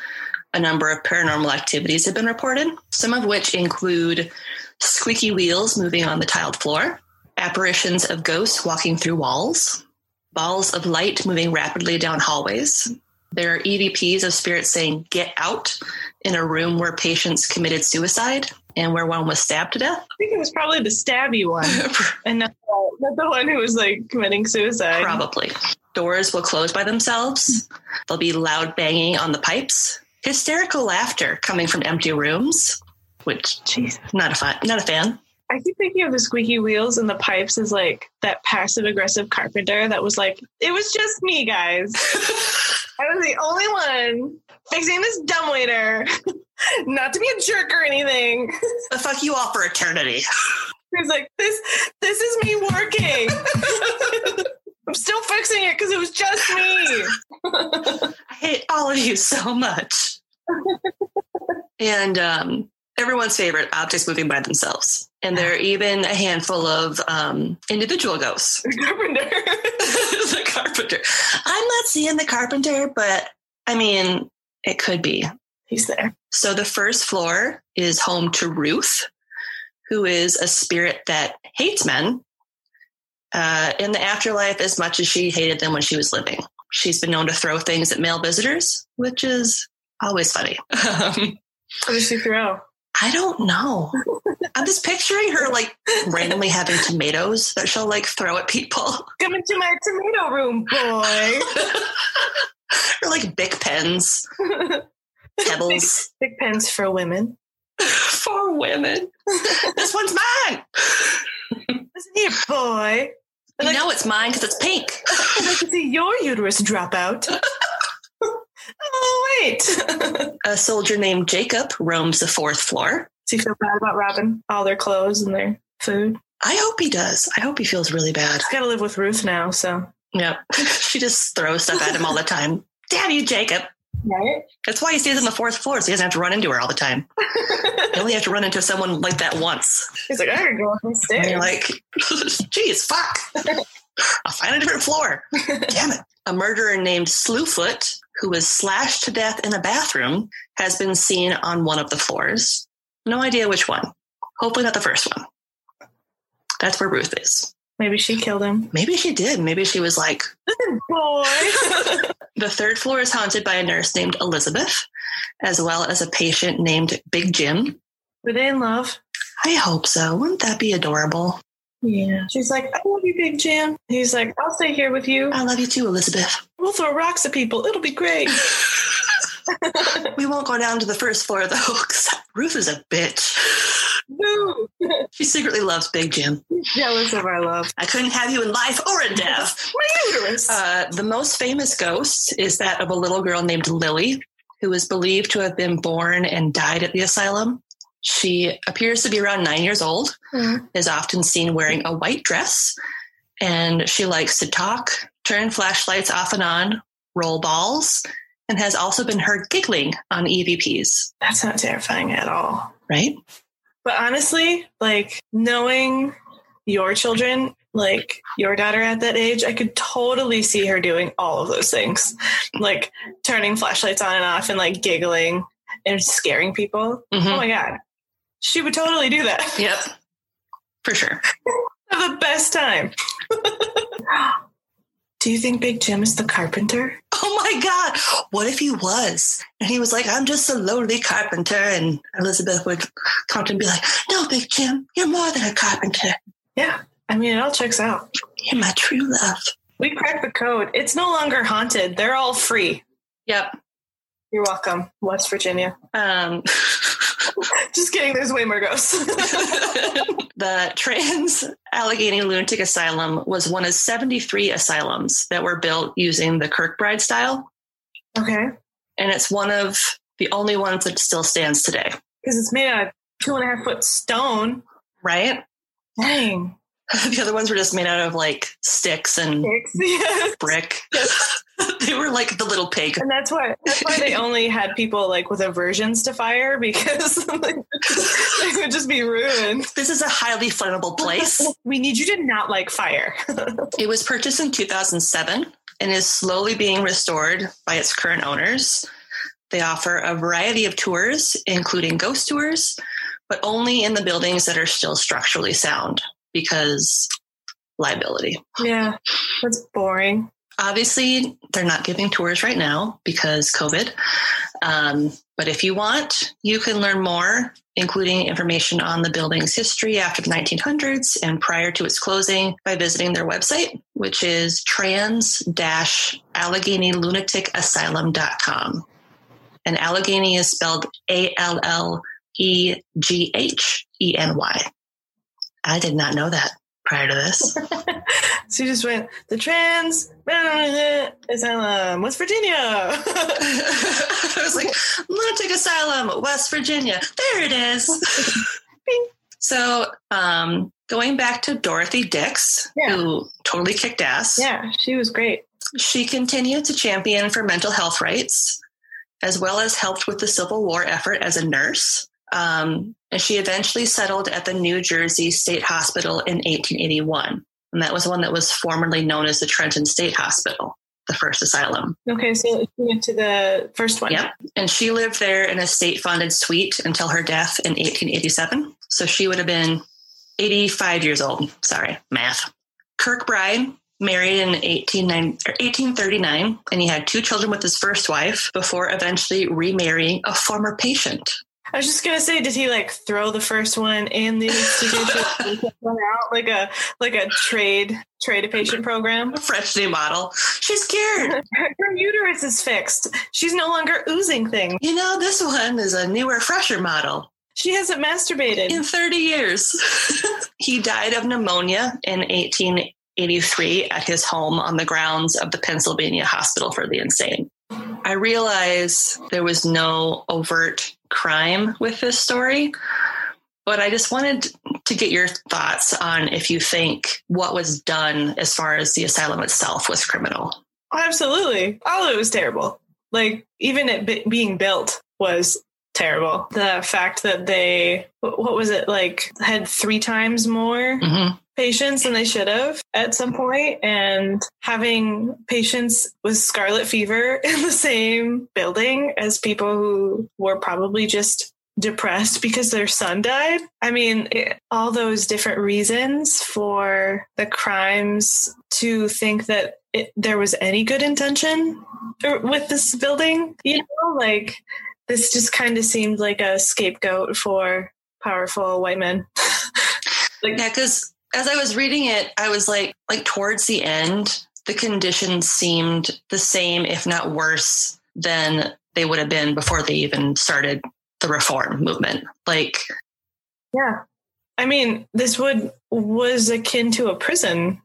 [SPEAKER 3] a number of paranormal activities have been reported, some of which include squeaky wheels moving on the tiled floor, apparitions of ghosts walking through walls, balls of light moving rapidly down hallways. There are EVPs of spirits saying, get out, in a room where patients committed suicide and where one was stabbed to death.
[SPEAKER 4] I think it was probably the stabby one. and not the, not the one who was like committing suicide.
[SPEAKER 3] Probably. Doors will close by themselves. There'll be loud banging on the pipes. Hysterical laughter coming from empty rooms, which
[SPEAKER 4] Jeez.
[SPEAKER 3] not a fan. Not a fan.
[SPEAKER 4] I keep thinking of the squeaky wheels and the pipes as like that passive aggressive carpenter that was like, it was just me, guys. I was the only one fixing this dumbwaiter. Not to be a jerk or anything.
[SPEAKER 3] But fuck you all for eternity.
[SPEAKER 4] He was like, this this is me working. I'm still fixing it because it was just me.
[SPEAKER 3] I hate all of you so much. and um, everyone's favorite objects moving by themselves. And there are even a handful of um, individual ghosts.
[SPEAKER 4] The carpenter.
[SPEAKER 3] the carpenter. I'm not seeing the carpenter, but I mean, it could be.
[SPEAKER 4] He's there.
[SPEAKER 3] So the first floor is home to Ruth, who is a spirit that hates men uh, in the afterlife as much as she hated them when she was living. She's been known to throw things at male visitors, which is always funny. Um,
[SPEAKER 4] What does she throw?
[SPEAKER 3] I don't know. I'm just picturing her like randomly having tomatoes that she'll like throw at people,
[SPEAKER 4] Come into my tomato room,
[SPEAKER 3] or like big pens,
[SPEAKER 4] boy.
[SPEAKER 3] pebbles
[SPEAKER 4] Big pens for women.
[SPEAKER 3] for women. This one's mine.
[SPEAKER 4] Listen here, boy. I'd
[SPEAKER 3] You
[SPEAKER 4] like,
[SPEAKER 3] know it's mine because it's pink.
[SPEAKER 4] I'd like to see your uterus drop out. oh, wait. Does
[SPEAKER 3] a soldier named Jacob roams the fourth floor.
[SPEAKER 4] he feel bad about robbing all their clothes and their food?
[SPEAKER 3] I hope he does. I hope he feels really bad.
[SPEAKER 4] He's got to live with Ruth now, so.
[SPEAKER 3] Yeah. she just throws stuff at him all the time. Damn you, Jacob.
[SPEAKER 4] Right?
[SPEAKER 3] That's why he stays on the fourth floor, so he doesn't have to run into her all the time. You only have to run into someone like that once.
[SPEAKER 4] He's like, I gotta go
[SPEAKER 3] And
[SPEAKER 4] upstairs.
[SPEAKER 3] you're like, geez, fuck. I'll find a different floor. Damn it. A murderer named Slewfoot, who was slashed to death in a bathroom, has been seen on one of the floors. No idea which one. Hopefully not the first one. That's where Ruth is.
[SPEAKER 4] Maybe she killed him.
[SPEAKER 3] Maybe she did. Maybe she was like,
[SPEAKER 4] Boy.
[SPEAKER 3] the third floor is haunted by a nurse named Elizabeth, as well as a patient named Big Jim.
[SPEAKER 4] Were they in love?
[SPEAKER 3] I hope so. Wouldn't that be adorable?
[SPEAKER 4] Yeah. She's like, I love you, Big Jim. He's like, I'll stay here with you.
[SPEAKER 3] I love you too, Elizabeth.
[SPEAKER 4] We'll throw rocks at people. It'll be great.
[SPEAKER 3] We won't go down to the first floor though, because Ruth is a bitch.
[SPEAKER 4] Boo.
[SPEAKER 3] She secretly loves Big Jim.
[SPEAKER 4] Jealous of our love.
[SPEAKER 3] I couldn't have you in life or in death.
[SPEAKER 4] My uterus.
[SPEAKER 3] Uh, the most famous ghost is that of a little girl named Lily, who is believed to have been born and died at the asylum. She appears to be around nine years old,
[SPEAKER 4] Hmm.
[SPEAKER 3] is often seen wearing a white dress, and she likes to talk, turn flashlights off and on, roll balls, and has also been heard giggling on EVPs,
[SPEAKER 4] That's not terrifying at all.
[SPEAKER 3] right?
[SPEAKER 4] But honestly, like knowing your children, like your daughter at that age, I could totally see her doing all of those things. Like turning flashlights on and off and like giggling and scaring people.
[SPEAKER 3] Mhm.
[SPEAKER 4] Oh my God. She would totally do that.
[SPEAKER 3] Yep. For sure.
[SPEAKER 4] Have the best time. do you think Big Jim is the carpenter?
[SPEAKER 3] Oh my God. What if he was? And he was like, I'm just a lowly carpenter. And Elizabeth would come to him and be like, No, Big Jim, you're more than a carpenter.
[SPEAKER 4] Yeah. I mean, it all checks out.
[SPEAKER 3] You're my true love.
[SPEAKER 4] We cracked the code. It's no longer haunted. They're all free.
[SPEAKER 3] Yep.
[SPEAKER 4] You're welcome, West Virginia.
[SPEAKER 3] Um,
[SPEAKER 4] Just kidding. There's way more ghosts.
[SPEAKER 3] the trans Allegheny Lunatic Asylum was one of 73 asylums that were built using the Kirkbride style,
[SPEAKER 4] okay.
[SPEAKER 3] and it's one of the only ones that still stands today,
[SPEAKER 4] Because it's made out of two and a half foot stone.
[SPEAKER 3] right?
[SPEAKER 4] Dang.
[SPEAKER 3] The other ones were just made out of like sticks and
[SPEAKER 4] Yes.
[SPEAKER 3] brick. they were like the little pig.
[SPEAKER 4] And that's why that's why they only had people like with aversions to fire because like, they would just be ruined.
[SPEAKER 3] This is a highly flammable place.
[SPEAKER 4] We need you to not like fire.
[SPEAKER 3] It was purchased in 2007 and is slowly being restored by its current owners. They offer a variety of tours, including ghost tours, but only in the buildings that are still structurally sound because liability.
[SPEAKER 4] yeah, that's boring.
[SPEAKER 3] Obviously, they're not giving tours right now because COVID. Um, but if you want, you can learn more, including information on the building's history after the 1900s and prior to its closing, by visiting their website, which is trans alleghenylunaticasylum.com. And Allegheny is spelled A L L E G H E N Y. I did not know that prior to this.
[SPEAKER 4] So you just went the trans asylum, West Virginia.
[SPEAKER 3] I was like, lunatic asylum, West Virginia. There it is. Bing. so, um, going back to Dorothy Dix,
[SPEAKER 4] Yeah.
[SPEAKER 3] who totally kicked ass,
[SPEAKER 4] yeah, she was great.
[SPEAKER 3] she continued to champion for mental health rights, as well as helped with the Civil War effort as a nurse. Um, and she eventually settled at the New Jersey State Hospital in 1881. And that was one that was formerly known as the Trenton State Hospital, the first asylum.
[SPEAKER 4] Okay, so she went to the first one.
[SPEAKER 3] Yep. And she lived there in a state funded suite until her death in 1887. So she would have been 85 years old. Sorry, math. Kirkbride married in 18, or 1839, and he had two children with his first wife before eventually remarrying a former patient.
[SPEAKER 4] I was just gonna say, did he like throw the first one in the institution and take one out like a like a trade trade a patient program?
[SPEAKER 3] A fresh new model. She's cured.
[SPEAKER 4] Her uterus is fixed. She's no longer oozing things.
[SPEAKER 3] You know, this one is a newer, fresher model.
[SPEAKER 4] She hasn't masturbated.
[SPEAKER 3] in 30 years. he died of pneumonia in 1883 at his home on the grounds of the Pennsylvania Hospital for the Insane. I realize there was no overt crime with this story, but I just wanted to get your thoughts on if you think what was done as far as the asylum itself was criminal.
[SPEAKER 4] Oh, absolutely. All of it was terrible. Like, even it b- being built was terrible. The fact that they, wh- what was it, like, had three times more
[SPEAKER 3] Mm-hmm.
[SPEAKER 4] patients than they should have at some point, and having patients with scarlet fever in the same building as people who were probably just depressed because their son died. I mean, it, all those different reasons for the crimes to think that it, there was any good intention or- with this building, you know, like this just kind of seemed like a scapegoat for powerful white men.
[SPEAKER 3] Yeah, because as I was reading it, I was like, like towards the end, the conditions seemed the same, if not worse, than they would have been before they even started the reform movement. Like,
[SPEAKER 4] Yeah. I mean, this would was akin to a prison.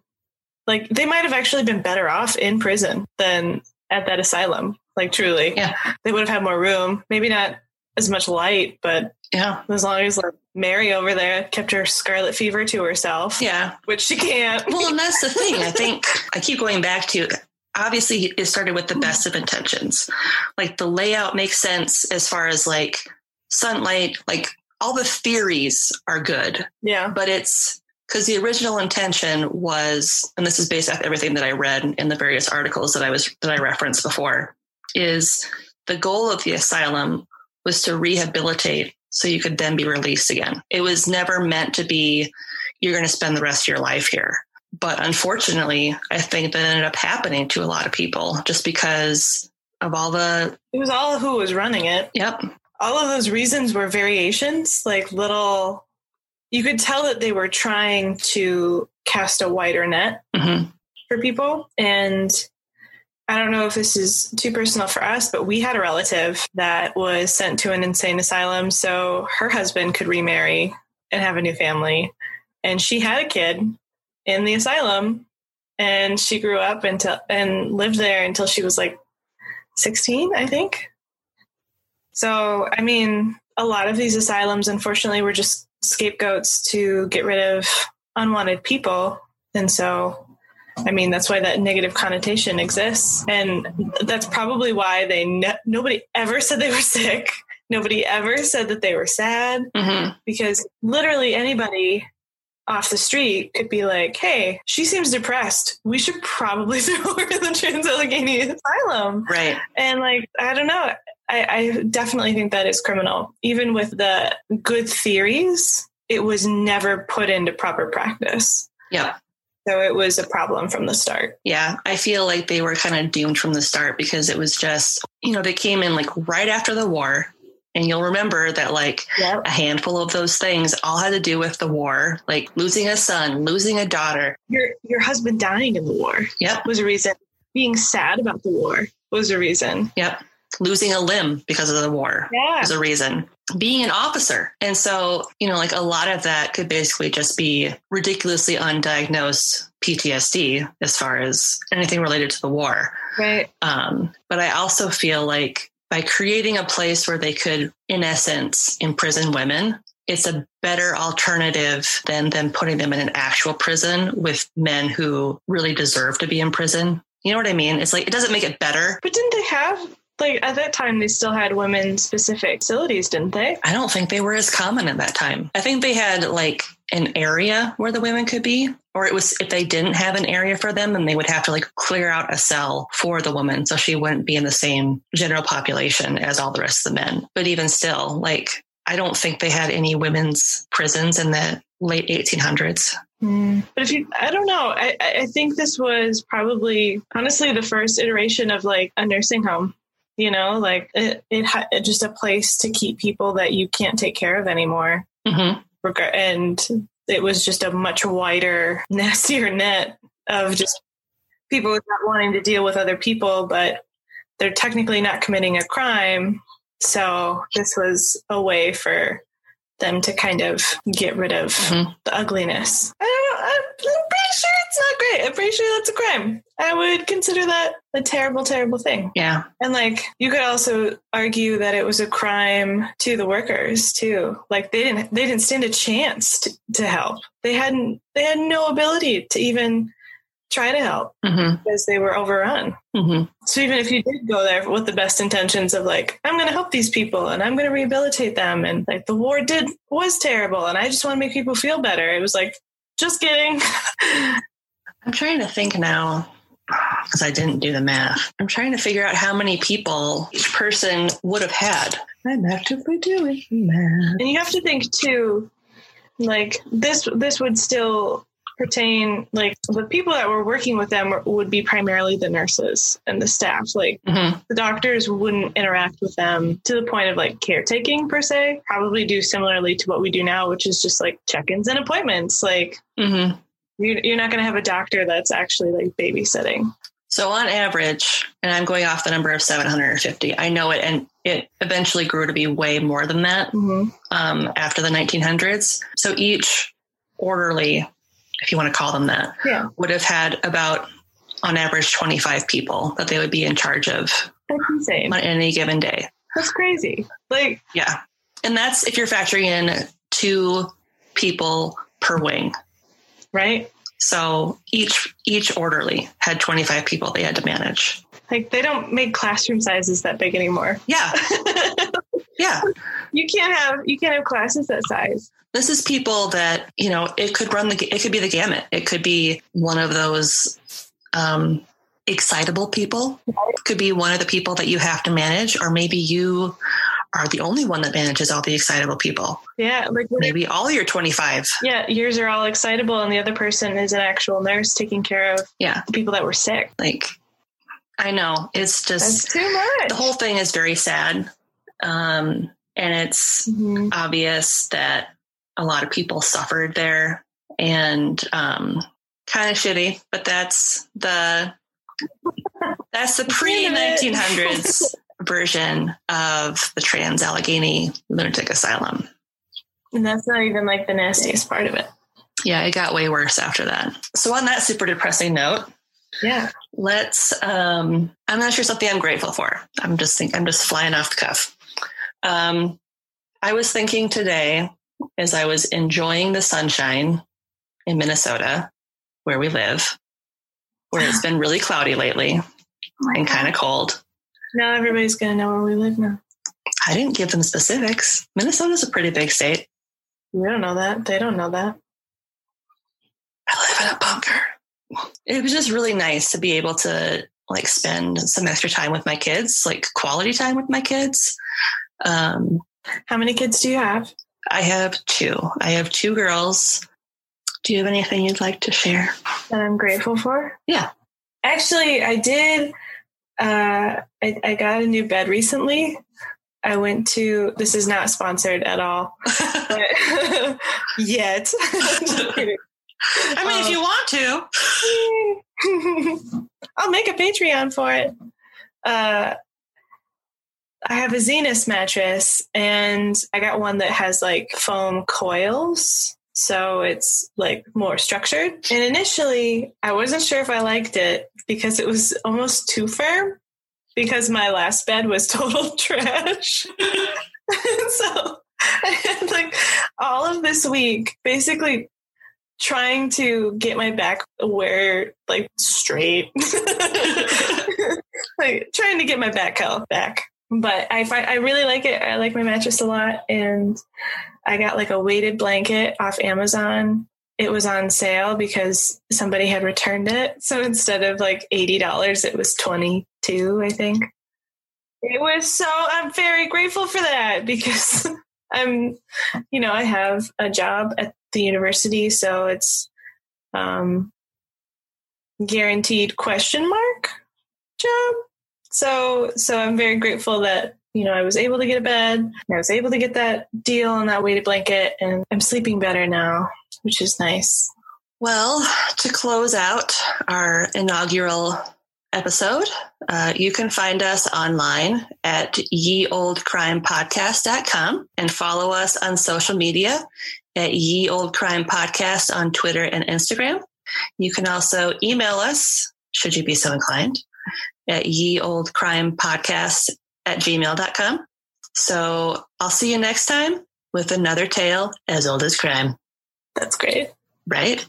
[SPEAKER 4] Like they might have actually been better off in prison than at that asylum. Like truly.
[SPEAKER 3] Yeah.
[SPEAKER 4] They would have had more room. Maybe not as much light, but
[SPEAKER 3] yeah,
[SPEAKER 4] as long as like Mary over there kept her scarlet fever to herself.
[SPEAKER 3] yeah.
[SPEAKER 4] Which she can't.
[SPEAKER 3] Well, and that's the thing. I think I keep going back to. Obviously, it started with the best of intentions. Like the layout makes sense as far as like sunlight. Like all the theories are good.
[SPEAKER 4] Yeah.
[SPEAKER 3] but it's because the original intention was, and this is based off everything that I read in the various articles that I was that I referenced before, is the goal of the asylum was to rehabilitate so you could then be released again. It was never meant to be you're going to spend the rest of your life here. But unfortunately, I think that ended up happening to a lot of people just because of all the
[SPEAKER 4] It was all who was running it.
[SPEAKER 3] yep,
[SPEAKER 4] all of those reasons were variations, like little. You could tell that they were trying to cast a wider net
[SPEAKER 3] Mhm.
[SPEAKER 4] for people, and I don't know if this is too personal for us, but we had a relative that was sent to an insane asylum so her husband could remarry and have a new family. And she had a kid in the asylum and she grew up until and lived there until she was like 16, I think. So, I mean, a lot of these asylums unfortunately were just scapegoats to get rid of unwanted people. And so I mean, that's why that negative connotation exists. And that's probably why they ne- nobody ever said they were sick. Nobody ever said that they were sad
[SPEAKER 3] Mm-hmm.
[SPEAKER 4] because literally anybody off the street could be like, hey, she seems depressed. We should probably throw her in the Trans Allegheny Asylum.
[SPEAKER 3] Right.
[SPEAKER 4] And like, I don't know. I, I definitely think that is criminal. Even with the good theories, it was never put into proper practice.
[SPEAKER 3] Yeah.
[SPEAKER 4] So it was a problem from the start.
[SPEAKER 3] Yeah. I feel like they were kind of doomed from the start because it was just, you know, they came in like right after the war. And you'll remember that like
[SPEAKER 4] Yep.
[SPEAKER 3] a handful of those things all had to do with the war, like losing a son, losing a daughter.
[SPEAKER 4] Your your husband dying in the war
[SPEAKER 3] Yep.
[SPEAKER 4] was a reason. Being sad about the war was a reason.
[SPEAKER 3] Yep. Losing a limb because of the war.
[SPEAKER 4] Yeah.
[SPEAKER 3] was a reason being an officer and so you know like a lot of that could basically just be ridiculously undiagnosed ptsd as far as anything related to the war
[SPEAKER 4] Right.
[SPEAKER 3] um, but i also feel like by creating a place where they could in essence imprison women it's a better alternative than them putting them in an actual prison with men who really deserve to be in prison you know what i mean it's like it doesn't make it better
[SPEAKER 4] But didn't they have like at that time they still had women specific facilities, didn't they?
[SPEAKER 3] I don't think they were as common at that time. I think they had like an area where the women could be, or it was if they didn't have an area for them, then they would have to like clear out a cell for the woman so she wouldn't be in the same general population as all the rest of the men. But even still, like I don't think they had any women's prisons in the late 1800s.
[SPEAKER 4] But if you, I don't know. I, I I think this was probably honestly the first iteration of like a nursing home. You know, like it, it ha- just a place to keep people that you can't take care of anymore.
[SPEAKER 3] Mm-hmm.
[SPEAKER 4] reg- and it was just a much wider, nastier net of just people not wanting to deal with other people, but they're technically not committing a crime. So this was a way for them to kind of get rid of
[SPEAKER 3] Mhm.
[SPEAKER 4] the ugliness. Mm-hmm. I don't, I'm I'm pretty sure it's not great. I'm pretty sure that's a crime. I would consider that a terrible, terrible thing.
[SPEAKER 3] Yeah.
[SPEAKER 4] And like you could also argue that it was a crime to the workers too. Like they didn't they didn't stand a chance to, to help. They hadn't they had no ability to even try to help
[SPEAKER 3] Mm-hmm.
[SPEAKER 4] because they were overrun.
[SPEAKER 3] Mm-hmm.
[SPEAKER 4] So even if you did go there with the best intentions of like I'm going to help these people and I'm going to rehabilitate them and like the war did was terrible and I just want to make people feel better. It was like just kidding.
[SPEAKER 3] I'm trying to think now because I didn't do the math. I'm trying to figure out how many people each person would have had. I'm actively doing math.
[SPEAKER 4] and you have to think too like this this would still pertain like the people that were working with them would be primarily the nurses and the staff like
[SPEAKER 3] hmm
[SPEAKER 4] the doctors wouldn't interact with them to the point of like caretaking per se probably do similarly to what we do now which is just like check-ins and appointments like
[SPEAKER 3] hmm
[SPEAKER 4] you- you're not going to have a doctor that's actually like babysitting
[SPEAKER 3] So on average, and I'm going off the number of 750. I know it, and it eventually grew to be way more than that
[SPEAKER 4] mm-hmm.
[SPEAKER 3] um, after the 1900s. So each orderly, if you want to call them that,
[SPEAKER 4] Yeah.
[SPEAKER 3] would have had about on average 25 people that they would be in charge of
[SPEAKER 4] that's insane
[SPEAKER 3] on any given day.
[SPEAKER 4] that's crazy like
[SPEAKER 3] Yeah, and that's if you're factoring in two people per wing.
[SPEAKER 4] right
[SPEAKER 3] So each each orderly had 25 people they had to manage.
[SPEAKER 4] like they don't make classroom sizes that big anymore
[SPEAKER 3] Yeah, yeah.
[SPEAKER 4] You can't have you can't have classes that size.
[SPEAKER 3] this is people that you know it could run the it could be the gamut it could be one of those um excitable people It could be one of the people that you have to manage or maybe you are the only one that manages all the excitable people
[SPEAKER 4] Yeah, like when-
[SPEAKER 3] maybe all your 25
[SPEAKER 4] yeah, yours are all excitable, and the other person is an actual nurse taking care of
[SPEAKER 3] Yeah.
[SPEAKER 4] the people that were sick.
[SPEAKER 3] like i know it's
[SPEAKER 4] That's
[SPEAKER 3] just
[SPEAKER 4] too much.
[SPEAKER 3] the whole thing is very sad um and it's
[SPEAKER 4] Mhm.
[SPEAKER 3] obvious that a lot of people suffered there and um, kind of shitty, but that's the That's the pre
[SPEAKER 4] Damn it.
[SPEAKER 3] 1900s version of the Trans Allegheny Lunatic Asylum.
[SPEAKER 4] And that's not even like the nastiest part of it.
[SPEAKER 3] Yeah, it got way worse after that. So, on that super depressing note,
[SPEAKER 4] Yeah.
[SPEAKER 3] let's um i'm not sure something i'm grateful for i'm just think i'm just flying off the cuff um i was thinking today as i was enjoying the sunshine in minnesota where we live where it's been really cloudy lately and kind of cold
[SPEAKER 4] Now everybody's gonna know where we live now.
[SPEAKER 3] i didn't give them specifics minnesota's a pretty big state
[SPEAKER 4] We don't know that. They don't know that.
[SPEAKER 3] I live in a bunker. It was just really nice to be able to like spend some extra time with my kids, like quality time with my kids. Um,
[SPEAKER 4] How many kids do you have?
[SPEAKER 3] I have two. I have two girls. Do you have anything you'd like to share?
[SPEAKER 4] that I'm grateful for?
[SPEAKER 3] Yeah.
[SPEAKER 4] Actually, I did. Uh, I, I got a new bed recently. I went to, this is not sponsored at all, but yet. Just kidding.
[SPEAKER 3] I mean, if you want to.
[SPEAKER 4] I'll make a Patreon for it. Uh, I have a Zenus mattress, and I got one that has like foam coils, so it's like more structured. And initially, I wasn't sure if I liked it because it was almost too firm. Because my last bed was total trash, so I had like all of this week basically trying to get my back where like straight like trying to get my back health back but I find I really like it. I like my mattress a lot, and I got like a weighted blanket off Amazon. It was on sale because somebody had returned it, so instead of like eighty dollars, it was twenty two. I think it was so. I'm very grateful for that because I'm, you know, I have a job at the university, so it's um, guaranteed question mark job so so i'm very grateful that you know i was able to get a bed and i was able to get that deal on that weighted blanket and i'm sleeping better now which is nice
[SPEAKER 3] Well, to close out our inaugural episode, uh, you can find us online at yeoldcrimepodcast.com and follow us on social media at Ye Old Crime Podcast on Twitter and Instagram. You can also email us, should you be so inclined, at yeoldcrimepodcast at gmail.com. So I'll see you next time with another tale as old as crime,
[SPEAKER 4] that's great
[SPEAKER 3] right?